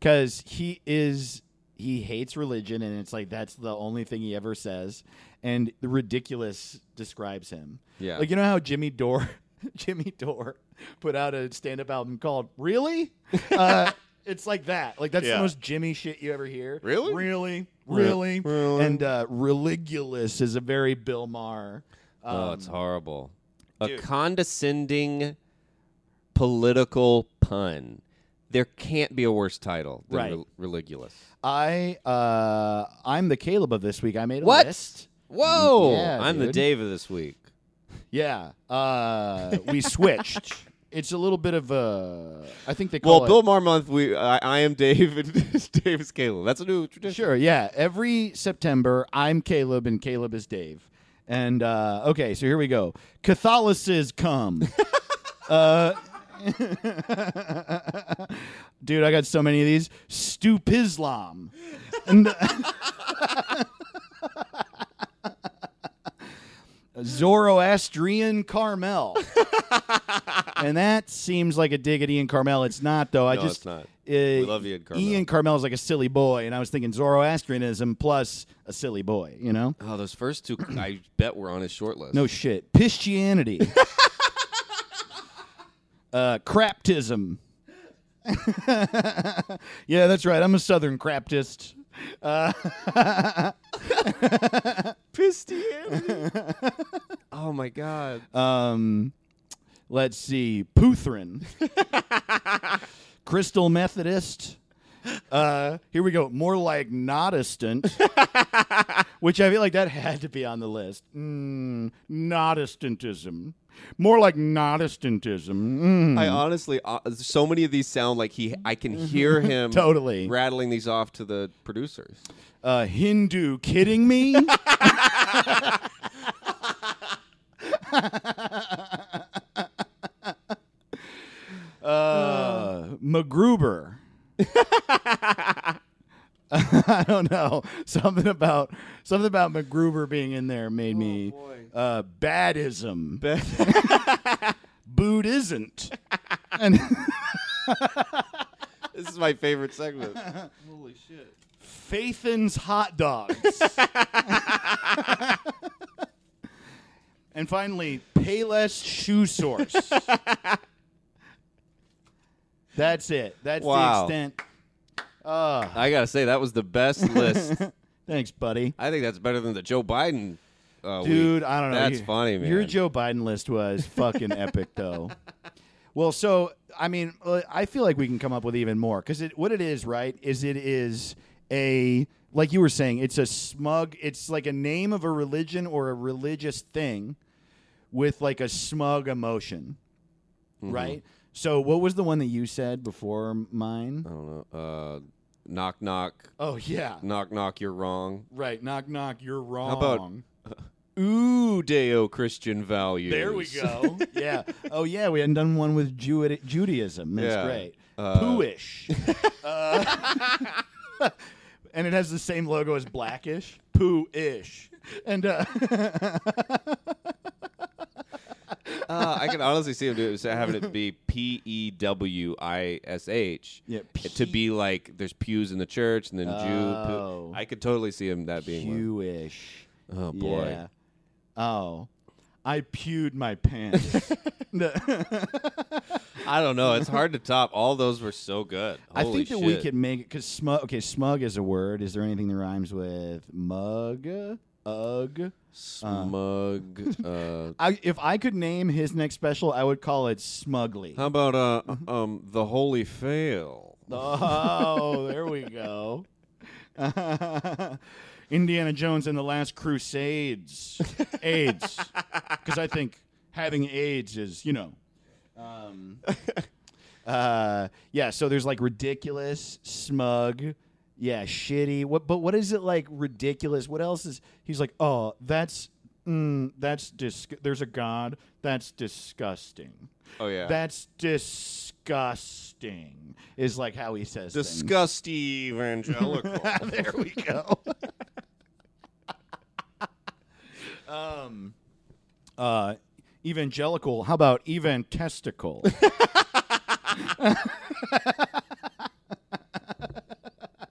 Speaker 4: because he is he hates religion and it's like that's the only thing he ever says and the ridiculous describes him
Speaker 2: Yeah.
Speaker 4: like you know how jimmy dore (laughs) jimmy dore put out a stand-up album called
Speaker 2: (laughs)
Speaker 4: really uh, it's like that like that's the
Speaker 2: Yeah.
Speaker 4: most jimmy shit you ever hear
Speaker 2: Really?
Speaker 4: really
Speaker 2: Re-
Speaker 4: really,
Speaker 2: really?
Speaker 4: and uh, religulous is a very bill maher um,
Speaker 2: oh, it's horrible. A
Speaker 4: dude.
Speaker 2: condescending political pun. There can't be a worse title than
Speaker 4: Right.
Speaker 2: rel- religulous.
Speaker 4: I uh I'm the Caleb of this week. I made a
Speaker 2: What?
Speaker 4: list.
Speaker 2: Whoa!
Speaker 4: Yeah,
Speaker 2: Mm, I'm the
Speaker 4: dude.
Speaker 2: Dave of this week.
Speaker 4: Yeah. Uh we switched. It's a little bit of uh I think they call
Speaker 2: Well,
Speaker 4: it
Speaker 2: Bill Maher month, we I, I am Dave and (laughs) Dave is Caleb. That's a new tradition.
Speaker 4: Sure, yeah. Every September I'm Caleb and Caleb is Dave. And uh okay, so here we go. Catholicis
Speaker 2: (laughs)
Speaker 4: come. uh (laughs) Dude, I got so many of these. Stupislam. And (laughs)
Speaker 2: (laughs)
Speaker 4: Zoroastrian Carmel. and that seems like a diggity in Carmel. It's not though. I
Speaker 2: No,
Speaker 4: just
Speaker 2: it's not.
Speaker 4: we
Speaker 2: love Ian Carmel.
Speaker 4: Ian Carmel is like a silly boy, and I was thinking Zoroastrianism plus a silly boy. You know,
Speaker 2: Oh, those first two, I bet, were on his short list. (laughs)
Speaker 4: no shit, Christianity, uh, craptism. (laughs) yeah, that's right. I'm a Southern craptist.
Speaker 2: Christianity. oh my God.
Speaker 4: Um, let's see, Puthrin, Crystal Methodist. Uh, here we go. More like Notestant, which I feel like that had to be on the list. Mm, Protestantism. More like Protestantism. Mm.
Speaker 2: I honestly, uh, so many of these sound like he. I can
Speaker 4: (laughs)
Speaker 2: hear him
Speaker 4: Totally.
Speaker 2: rattling these off to the (laughs) producers.
Speaker 4: Uh, Hindu, kidding me? uh, MacGruber. (laughs) I don't know. Something about something about MacGruber being in there made me
Speaker 2: boy.
Speaker 4: uh, badism. (laughs) Boot isn't. And
Speaker 2: This is my favorite segment. Holy shit.
Speaker 4: Faithen's hot dogs. and finally, Payless shoe source. That's it. That's
Speaker 2: Wow.
Speaker 4: the extent. Ah,
Speaker 2: I gotta say that was the best
Speaker 4: (laughs)
Speaker 2: list.
Speaker 4: thanks, buddy.
Speaker 2: I think that's better than the Joe Biden. Uh, week.
Speaker 4: Dude, I don't know.
Speaker 2: That's
Speaker 4: Your-
Speaker 2: funny, man.
Speaker 4: Your Joe Biden list was fucking epic,
Speaker 2: (laughs)
Speaker 4: though. Well, so I mean, uh, I feel like we can come up with even more because it, what it is, right? Is it is a like you were saying, it's a smug. It's like a name of a religion or a religious thing with like a smug emotion,
Speaker 2: Mm-hmm.
Speaker 4: right? So, what was the one that you said before mine?
Speaker 2: I don't know. Uh, knock knock
Speaker 4: Oh yeah,
Speaker 2: knock knock. You're wrong.
Speaker 4: right. Knock knock. You're wrong.
Speaker 2: about- Ooh, Deo Christian values.
Speaker 4: There we go. (laughs) yeah. Oh yeah, we hadn't done one with Jew- Judaism. That's
Speaker 2: Yeah.
Speaker 4: great.
Speaker 2: Uh, (laughs)
Speaker 4: Pooish. Uh, (laughs) and it has the same logo as Blackish. Pooish. And uh,
Speaker 2: (laughs) Uh, I can honestly see him do it, so having it
Speaker 4: (laughs)
Speaker 2: be P E W I S H.
Speaker 4: Yeah,
Speaker 2: To be like there's pews in the church and then Jew.
Speaker 4: Oh.
Speaker 2: Pew. I could totally see him that (laughs) being. one.
Speaker 4: Jewish.
Speaker 2: Oh boy.
Speaker 4: Yeah. Oh. I pewed my
Speaker 2: (laughs)
Speaker 4: pants.
Speaker 2: I don't know. It's hard to top. All those were so good.
Speaker 4: (laughs) I
Speaker 2: Holy
Speaker 4: think that we
Speaker 2: shit.
Speaker 4: could make it because smug. Okay, smug is a word. Is there anything that rhymes with mug? Ugh. (laughs)
Speaker 2: smug. uh,
Speaker 4: I, if I could name his next special, I would call it Smugly.
Speaker 2: how about uh,
Speaker 4: Mm-hmm.
Speaker 2: um the Holy Fail?
Speaker 4: (laughs) Oh, there we go. (laughs) Indiana Jones and the Last Crusades. AIDS. Because I think having AIDS is, you know. Um, uh, yeah, so there's like ridiculous, smug, yeah, shitty. What? But what is it like ridiculous? What else is. He's like, oh, that's. Mm, that's dis. There's a god. That's disgusting.
Speaker 2: Oh yeah.
Speaker 4: That's disgusting. Is like how he says. things. (laughs)
Speaker 2: Disgusty evangelical.
Speaker 4: there we go. um, uh, evangelical. How about
Speaker 2: (laughs)
Speaker 4: evangelical?
Speaker 2: (laughs)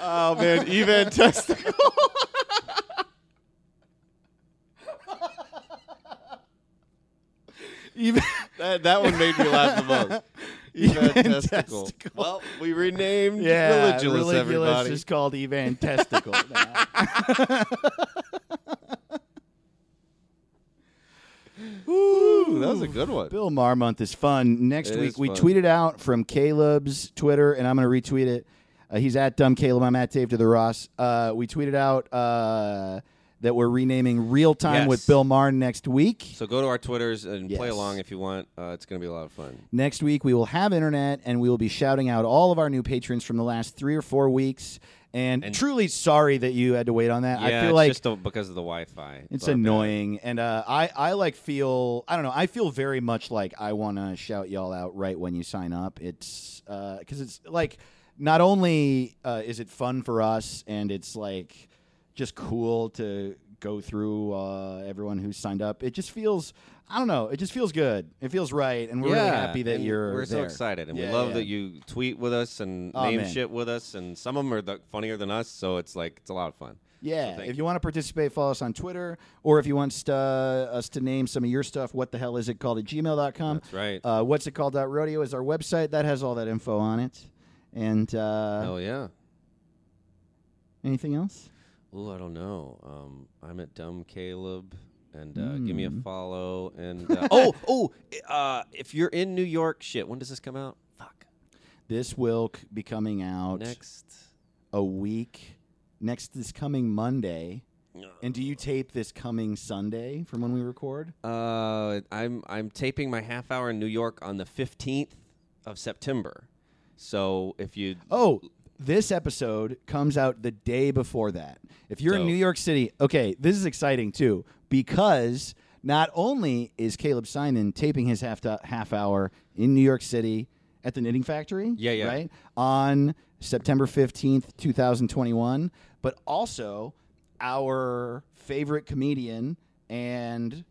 Speaker 2: oh man, evangelical. (laughs)
Speaker 4: Even
Speaker 2: that, that one made me laugh the
Speaker 4: (laughs)
Speaker 2: most. Evangelical.
Speaker 4: Evangelistical.
Speaker 2: Well, we renamed
Speaker 4: yeah,
Speaker 2: religious
Speaker 4: religulous
Speaker 2: everybody.
Speaker 4: is called evangelical.
Speaker 2: (laughs)
Speaker 4: now.
Speaker 2: Ooh, that was a good one.
Speaker 4: Bill Marmont is fun. Next
Speaker 2: It
Speaker 4: week
Speaker 2: is
Speaker 4: we
Speaker 2: fun.
Speaker 4: tweet it out from Caleb's Twitter, and I'm going to retweet it. Uh, he's at Dumb Caleb. I'm at Dave to the Ross. Uh, we tweeted out uh, that we're renaming Real Time
Speaker 2: Yes.
Speaker 4: with Bill Marn next week.
Speaker 2: So go to our Twitters and play
Speaker 4: Yes.
Speaker 2: along if you want. Uh, it's going to be a lot of fun.
Speaker 4: Next week, we will have internet and we will be shouting out all of our new patrons from the last three or four weeks. And, truly sorry that you had to wait on that.
Speaker 2: Yeah,
Speaker 4: I
Speaker 2: it's
Speaker 4: feel like
Speaker 2: just a, because of the Wi-Fi.
Speaker 4: it's
Speaker 2: our bad.
Speaker 4: annoying. And uh, I, I like feel, I don't know, I feel very much like I want to shout y'all out right when you sign up. It's because it's like not only uh, is it fun for us and it's like just cool to go through uh, everyone who's signed up. It just feels, I don't know, it just feels good. It feels right, and we're really happy that
Speaker 2: and
Speaker 4: you're.
Speaker 2: We're so
Speaker 4: there.
Speaker 2: excited, and we
Speaker 4: Yeah,
Speaker 2: love
Speaker 4: yeah.
Speaker 2: that you tweet with us and
Speaker 4: Aw,
Speaker 2: name
Speaker 4: man.
Speaker 2: shit with us. And some of them are the, funnier than us, so it's like it's a lot of fun.
Speaker 4: Yeah,
Speaker 2: thank
Speaker 4: if you want to participate, follow us on Twitter, or if you want st- uh, us to name some of your stuff, what the hell is it called at gmail.com.
Speaker 2: That's right.
Speaker 4: Uh, what's it called dot rodeo is our website. That has all that info on it. And uh,
Speaker 2: Hell yeah.
Speaker 4: anything else?
Speaker 2: Ooh, I don't know. Um, I'm at Dumb Caleb, and uh, give
Speaker 4: Hmm.
Speaker 2: me a follow.
Speaker 4: (laughs)
Speaker 2: And uh, oh, oh, i- uh, if you're in New York, shit. When does this come out? Fuck.
Speaker 4: This will c- be coming out
Speaker 2: Next.
Speaker 4: a week next this coming Monday. And do you tape this coming Sunday from when we record?
Speaker 2: Uh, I'm I'm taping my half hour in New York on the 15th of September. So if you
Speaker 4: Oh, this episode comes out the day before that. If you're in
Speaker 2: Dope.
Speaker 4: New York City, okay, this is exciting too because not only is Caleb Simon taping his half to, half hour in New York City at the Knitting Factory,
Speaker 2: Yeah, yeah.
Speaker 4: right on September fifteenth, two thousand twenty-one, but also our favorite comedian and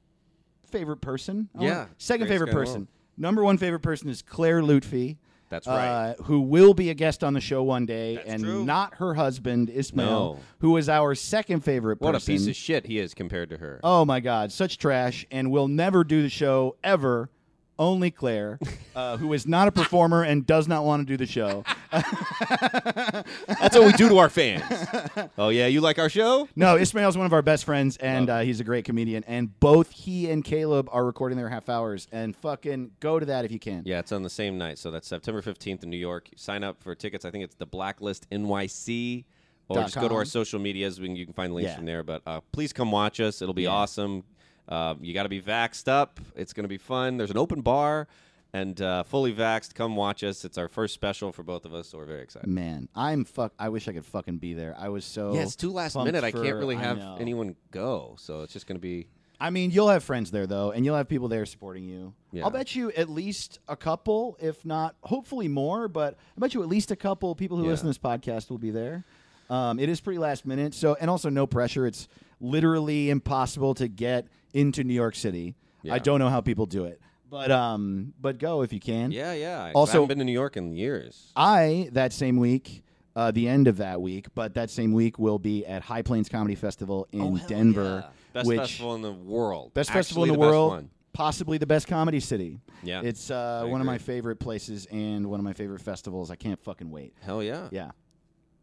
Speaker 4: favorite person, I
Speaker 2: Yeah,
Speaker 4: wanna- second
Speaker 2: greatest
Speaker 4: favorite
Speaker 2: guy in the
Speaker 4: person,
Speaker 2: world.
Speaker 4: number one favorite person is Claire Lutfi.
Speaker 2: That's right.
Speaker 4: Uh, who will be a guest on the show one day, and
Speaker 2: true.
Speaker 4: not her husband Ismail,
Speaker 2: No.
Speaker 4: who is our second favorite
Speaker 2: what a
Speaker 4: person.
Speaker 2: piece of shit he is compared to her.
Speaker 4: oh my God, such trash, and will never do the show ever. Only
Speaker 2: (laughs)
Speaker 4: Claire, uh, who is not a performer and does not want to do the show.
Speaker 2: That's what we do to our (laughs) fans. oh yeah, you like our show? (laughs)
Speaker 4: No, Ismail's one of our best friends, and uh, he's a great comedian. And both he and Caleb are recording their half hours. And fucking go to that if you can.
Speaker 2: Yeah, it's on the same night. So that's September 15th in New York. Sign up for tickets. I think it's the Blacklist NYC. Or
Speaker 4: Dot
Speaker 2: just go to our
Speaker 4: com.
Speaker 2: social medias. We can, you can find links
Speaker 4: Yeah.
Speaker 2: from there. But uh, please come watch us. It'll be awesome. Uh, you got to be vaxxed up. It's going to be fun. There's an open bar and uh, fully vaxxed. Come watch us. It's our first special for both of us. So we're very excited.
Speaker 4: Man, I'm fuck. I wish I could fucking be there. I was so
Speaker 2: Yeah, it's too last
Speaker 4: pumped
Speaker 2: minute. I
Speaker 4: for-
Speaker 2: can't really
Speaker 4: I
Speaker 2: have
Speaker 4: know.
Speaker 2: anyone go. So it's just going to be.
Speaker 4: I mean, you'll have friends there though, and you'll have people there supporting you.
Speaker 2: Yeah.
Speaker 4: I'll bet you at least a couple, if not hopefully more, but I bet you at least a couple people who
Speaker 2: Yeah.
Speaker 4: listen to this podcast will be there. Um, it is pretty last minute, so and also no pressure. It's literally impossible to get into New York City.
Speaker 2: Yeah.
Speaker 4: I don't know how people do it, but um, but go if you can.
Speaker 2: Yeah, yeah. I-
Speaker 4: Also-
Speaker 2: I haven't been to New York in years.
Speaker 4: I that same week, uh, the end of that week, but that same week will be at High Plains Comedy Festival in Denver,
Speaker 2: Oh, Best
Speaker 4: which
Speaker 2: festival in the world.
Speaker 4: best
Speaker 2: Actually,
Speaker 4: festival in the,
Speaker 2: best
Speaker 4: world,
Speaker 2: one.
Speaker 4: possibly the best comedy city.
Speaker 2: Yeah,
Speaker 4: it's uh,
Speaker 2: I
Speaker 4: one of
Speaker 2: agree.
Speaker 4: my favorite places and one of my favorite festivals. I can't fucking wait.
Speaker 2: Hell yeah.
Speaker 4: Yeah.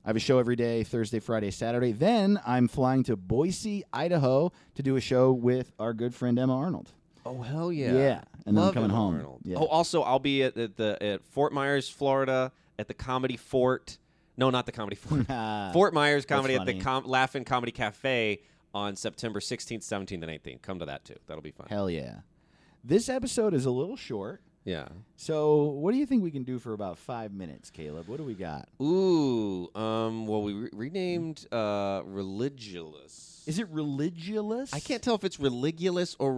Speaker 4: I have a show every day, Thursday, Friday, Saturday. Then I'm flying to Boise, Idaho to do a show with our good friend Emma Arnold. (laughs)
Speaker 2: Oh hell yeah!
Speaker 4: Yeah, and then I'm
Speaker 2: Love
Speaker 4: coming
Speaker 2: Emma
Speaker 4: home.
Speaker 2: Arnold.
Speaker 4: Yeah.
Speaker 2: Oh, also I'll be at, at the at Fort Myers, Florida, at the Comedy Fort. No, not the Comedy
Speaker 4: (laughs)
Speaker 2: Fort. Fort Myers Comedy at the
Speaker 4: funny.
Speaker 2: com- Laughing Comedy Cafe on September 16th, 17th, and 18th. Come to that too. That'll be fun.
Speaker 4: Hell yeah. This episode is a little short.
Speaker 2: Yeah.
Speaker 4: So, what do you think we can do for about five minutes, Caleb? What do we got?
Speaker 2: Ooh. Um. Well, we re- renamed uh religious.
Speaker 4: Is it religious?
Speaker 2: I can't tell if it's religulous or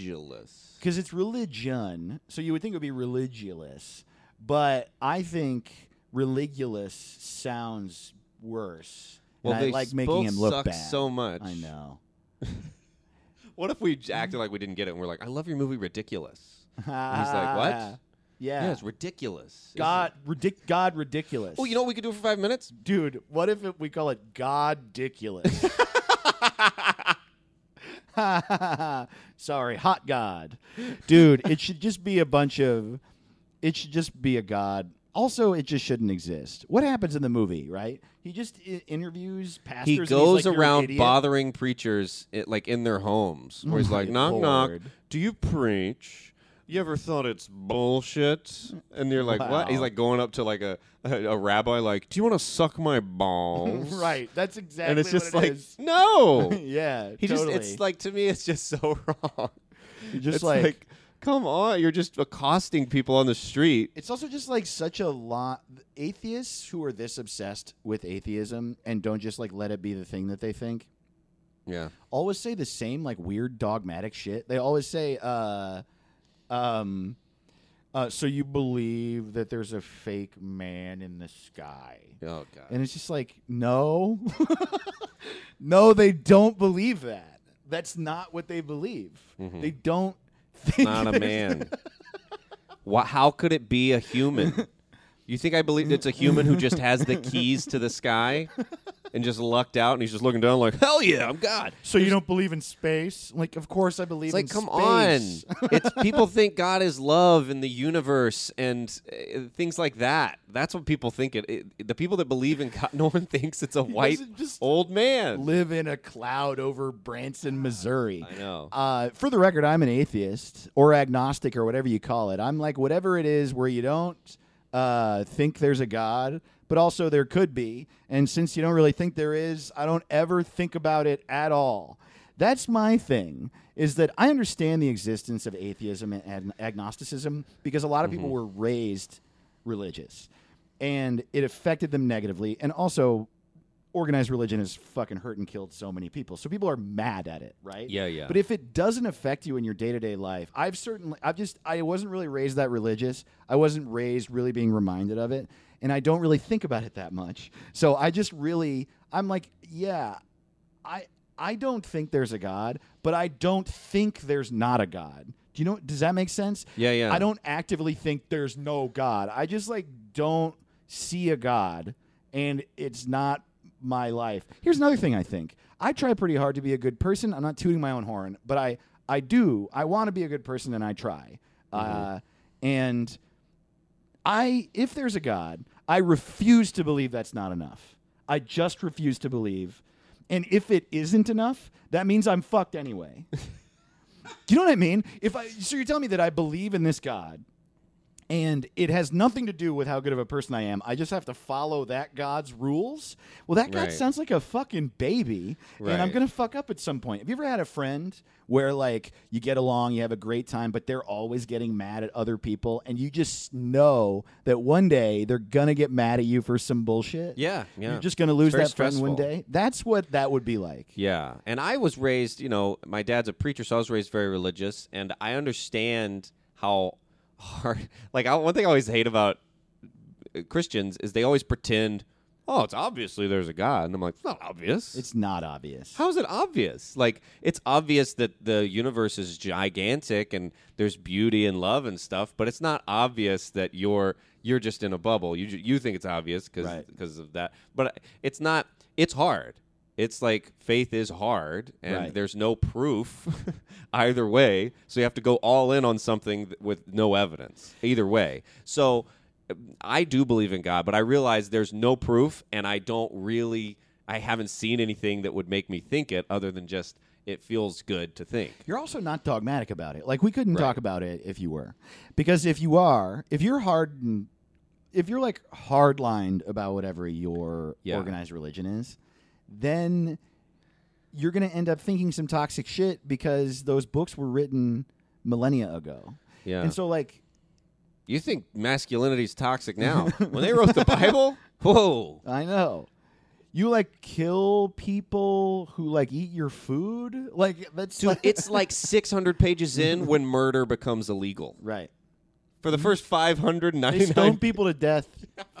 Speaker 2: religious.
Speaker 4: because it's religion. So you would think it would be religious, but I think religulous sounds worse.
Speaker 2: Well,
Speaker 4: and I
Speaker 2: they
Speaker 4: like
Speaker 2: s-
Speaker 4: making
Speaker 2: both
Speaker 4: him look
Speaker 2: suck
Speaker 4: bad
Speaker 2: so much.
Speaker 4: I know.
Speaker 2: What if we j- acted like we didn't get it and we're like, "I love your movie, (laughs) Ridiculous." he's like, "What?"
Speaker 4: (laughs) Yeah.
Speaker 2: Yeah, it's ridiculous. isn't
Speaker 4: God,
Speaker 2: it?
Speaker 4: ridic- God, ridiculous.
Speaker 2: Oh, you know what we could do for five minutes?
Speaker 4: dude, what if it, we call it God,
Speaker 2: (laughs)
Speaker 4: ridiculous? (laughs) Sorry, hot God, dude. It should just be a bunch of. It should just be a god. Also, it just shouldn't exist. What happens in the movie, right? He just I- interviews pastors.
Speaker 2: He
Speaker 4: and he's
Speaker 2: goes
Speaker 4: like, "You're an
Speaker 2: around
Speaker 4: idiot."
Speaker 2: bothering preachers it, like in their homes, where he's
Speaker 4: my
Speaker 2: like, "Knock, knock.
Speaker 4: lord.
Speaker 2: Do you preach? You ever thought it's bullshit?" And you're like, "What?" He's
Speaker 4: Wow.
Speaker 2: like going up to like a a, a rabbi, like, "Do you want to suck my balls?" (laughs)
Speaker 4: Right. That's exactly.
Speaker 2: And it's just
Speaker 4: what
Speaker 2: like,
Speaker 4: it is. (laughs)
Speaker 2: no.
Speaker 4: yeah.
Speaker 2: (laughs) He
Speaker 4: totally.
Speaker 2: just—it's like to me, it's just so (laughs) wrong.
Speaker 4: just
Speaker 2: it's like, come on, you're just accosting people on the street.
Speaker 4: It's also just like such a lot atheists who are this obsessed with atheism and don't just like let it be the thing that they think
Speaker 2: Yeah.
Speaker 4: always say the same like weird dogmatic shit. They always say uh um Uh, so you believe that there's a fake man in the sky.
Speaker 2: Oh god.
Speaker 4: And it's just like, no. (laughs) no, they don't believe that. That's not what they believe. They don't think
Speaker 2: Mm-hmm. not a (laughs)
Speaker 4: there's-
Speaker 2: man. Wha How could it be a human? You think I believe it's a human who just has the keys to the sky and just lucked out and he's just looking down like, hell yeah, I'm God.
Speaker 4: (laughs) So you don't believe in space? Like, of course I
Speaker 2: It's
Speaker 4: believe
Speaker 2: like,
Speaker 4: in
Speaker 2: come (laughs)
Speaker 4: space.
Speaker 2: on. It's people think God is love and the universe and uh, things like that. That's what people think. It, it the people that believe in God, (laughs) no one thinks it's a white
Speaker 4: doesn't just
Speaker 2: old man.
Speaker 4: Live in a cloud over Branson, Missouri.
Speaker 2: I know.
Speaker 4: Uh, for the record, I'm an atheist or agnostic or whatever you call it. I'm like whatever it is where you don't uh, think there's a God, but also there could be. And since you don't really think there is, I don't ever think about it at all. That's my thing. Is that I understand the existence of atheism and ag- agnosticism because a lot of people
Speaker 2: Mm-hmm.
Speaker 4: were raised religious, and it affected them negatively. And also, organized religion has fucking hurt and killed so many people. So people are mad at it, right?
Speaker 2: Yeah, yeah.
Speaker 4: But if it doesn't affect you in your day to day life, I've certainly, I've just, I wasn't really raised that religious. I wasn't raised really being reminded of it. And I don't really think about it that much. So I just really, I'm like, yeah, I, I don't think there's a God, but I don't think there's not a God. Do you know? Does that make sense?
Speaker 2: Yeah, yeah.
Speaker 4: I don't actively think there's no God. I just like don't see a God, and it's not my life. Here's another thing I think. I try pretty hard to be a good person. I'm not tooting my own horn, but I I do. I want to be a good person, and I try.
Speaker 2: Mm-hmm.
Speaker 4: Uh, and I, if there's a God, I refuse to believe that's not enough. I just refuse to believe. And if it isn't enough, that means I'm fucked anyway. (laughs) Do you know what I mean? If I, so you're telling me that I believe in this God, and it has nothing to do with how good of a person I am. I just have to follow that God's rules. Well, that God
Speaker 2: Right.
Speaker 4: sounds like a fucking baby, and I'm
Speaker 2: Right.
Speaker 4: gonna fuck up at some point. Have you ever had a friend where like you get along, you have a great time, but they're always getting mad at other people, and you just know that one day they're gonna get mad at you for some bullshit.
Speaker 2: Yeah, yeah.
Speaker 4: You're just gonna lose
Speaker 2: very
Speaker 4: that friend one
Speaker 2: stressful.
Speaker 4: day. That's what that would be like.
Speaker 2: Yeah. And I was raised, you know, my dad's a preacher, so I was raised very religious. And I understand how hard, (laughs) like, I, one thing I always hate about uh, Christians is they always pretend, oh, it's obviously there's a God. And I'm like, it's not obvious.
Speaker 4: It's not obvious.
Speaker 2: How is it obvious? Like it's obvious that the universe is gigantic and there's beauty and love and stuff, but it's not obvious that you're you're just in a bubble. You ju- you think it's obvious because
Speaker 4: Right.
Speaker 2: of that, but it's not. It's hard. It's like faith is hard, and
Speaker 4: Right.
Speaker 2: there's no proof (laughs) either way. So you have to go all in on something th- with no evidence either way. So um, I do believe in God, but I realize there's no proof, and I don't really, I haven't seen anything that would make me think it other than just it feels good to think.
Speaker 4: You're also not dogmatic about it. Like we couldn't talk about it if you were, because if you are, if you're hard, and, if you're like hard lined about whatever your
Speaker 2: Yeah.
Speaker 4: organized religion is, then you're going to end up thinking some toxic shit because those books were written millennia ago.
Speaker 2: Yeah.
Speaker 4: And so like
Speaker 2: You think masculinity's toxic (laughs) now? when they wrote the Bible, whoa.
Speaker 4: I know. You like kill people who like eat your food? Like that's
Speaker 2: Dude,
Speaker 4: like-
Speaker 2: it's like 600 pages in when murder becomes illegal. (laughs)
Speaker 4: right.
Speaker 2: For the first
Speaker 4: They stone
Speaker 2: 599
Speaker 4: people to death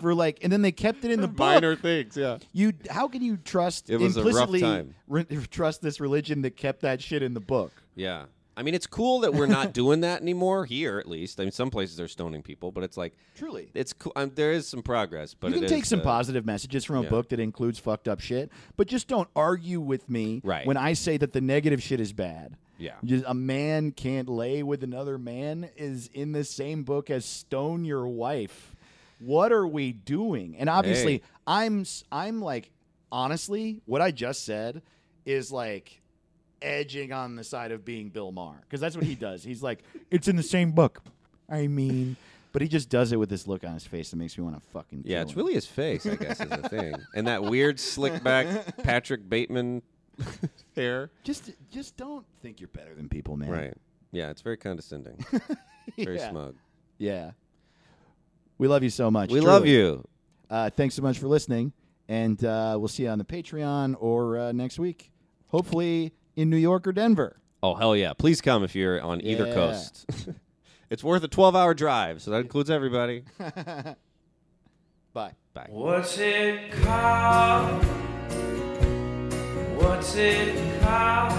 Speaker 4: for like and then they kept
Speaker 2: (laughs)
Speaker 4: it in the book.
Speaker 2: minor things, yeah.
Speaker 4: You how can you trust
Speaker 2: It was a rough
Speaker 4: implicitly
Speaker 2: time.
Speaker 4: re- (laughs) trust this religion that kept that shit in the book?
Speaker 2: Yeah. I mean, it's cool that we're not doing that anymore here, at least. I mean, some places are stoning people, but it's like
Speaker 4: Truly.
Speaker 2: it's cool. Um, there is some progress, but
Speaker 4: you can
Speaker 2: it
Speaker 4: take
Speaker 2: is,
Speaker 4: some
Speaker 2: uh,
Speaker 4: positive messages from a
Speaker 2: yeah.
Speaker 4: book that includes fucked up shit, but just don't argue with me
Speaker 2: Right.
Speaker 4: when I say that the negative shit is bad.
Speaker 2: Yeah.
Speaker 4: Just, a man can't lay with another man is in the same book as stone your wife. What are we doing? And obviously,
Speaker 2: Hey.
Speaker 4: I'm s- I'm like honestly, what I just said is like edging on the side of being Bill Maher because that's what he does. He's like, (laughs) it's in the same book. I mean, but he just does it with this look on his face that makes me want to fucking.
Speaker 2: Yeah,
Speaker 4: kill
Speaker 2: it's
Speaker 4: him.
Speaker 2: really his face, I guess, is the
Speaker 4: (laughs)
Speaker 2: thing, and that weird slick back Patrick Bateman hair.
Speaker 4: just just don't think you're better than people, man.
Speaker 2: Right. Yeah, it's very
Speaker 4: (laughs)
Speaker 2: condescending, very
Speaker 4: yeah.
Speaker 2: smug.
Speaker 4: Yeah. We love you so much.
Speaker 2: We love
Speaker 4: truly.
Speaker 2: you.
Speaker 4: Uh, thanks so much for listening, and uh, we'll see you on the Patreon or uh, next week, hopefully in New York or Denver.
Speaker 2: Oh hell yeah! Please come if you're on either
Speaker 4: Yeah.
Speaker 2: coast. (laughs) It's worth a 12 hour drive, so that includes
Speaker 4: (laughs)
Speaker 2: everybody.
Speaker 4: Bye.
Speaker 2: Bye.
Speaker 1: What's it called? What's it called?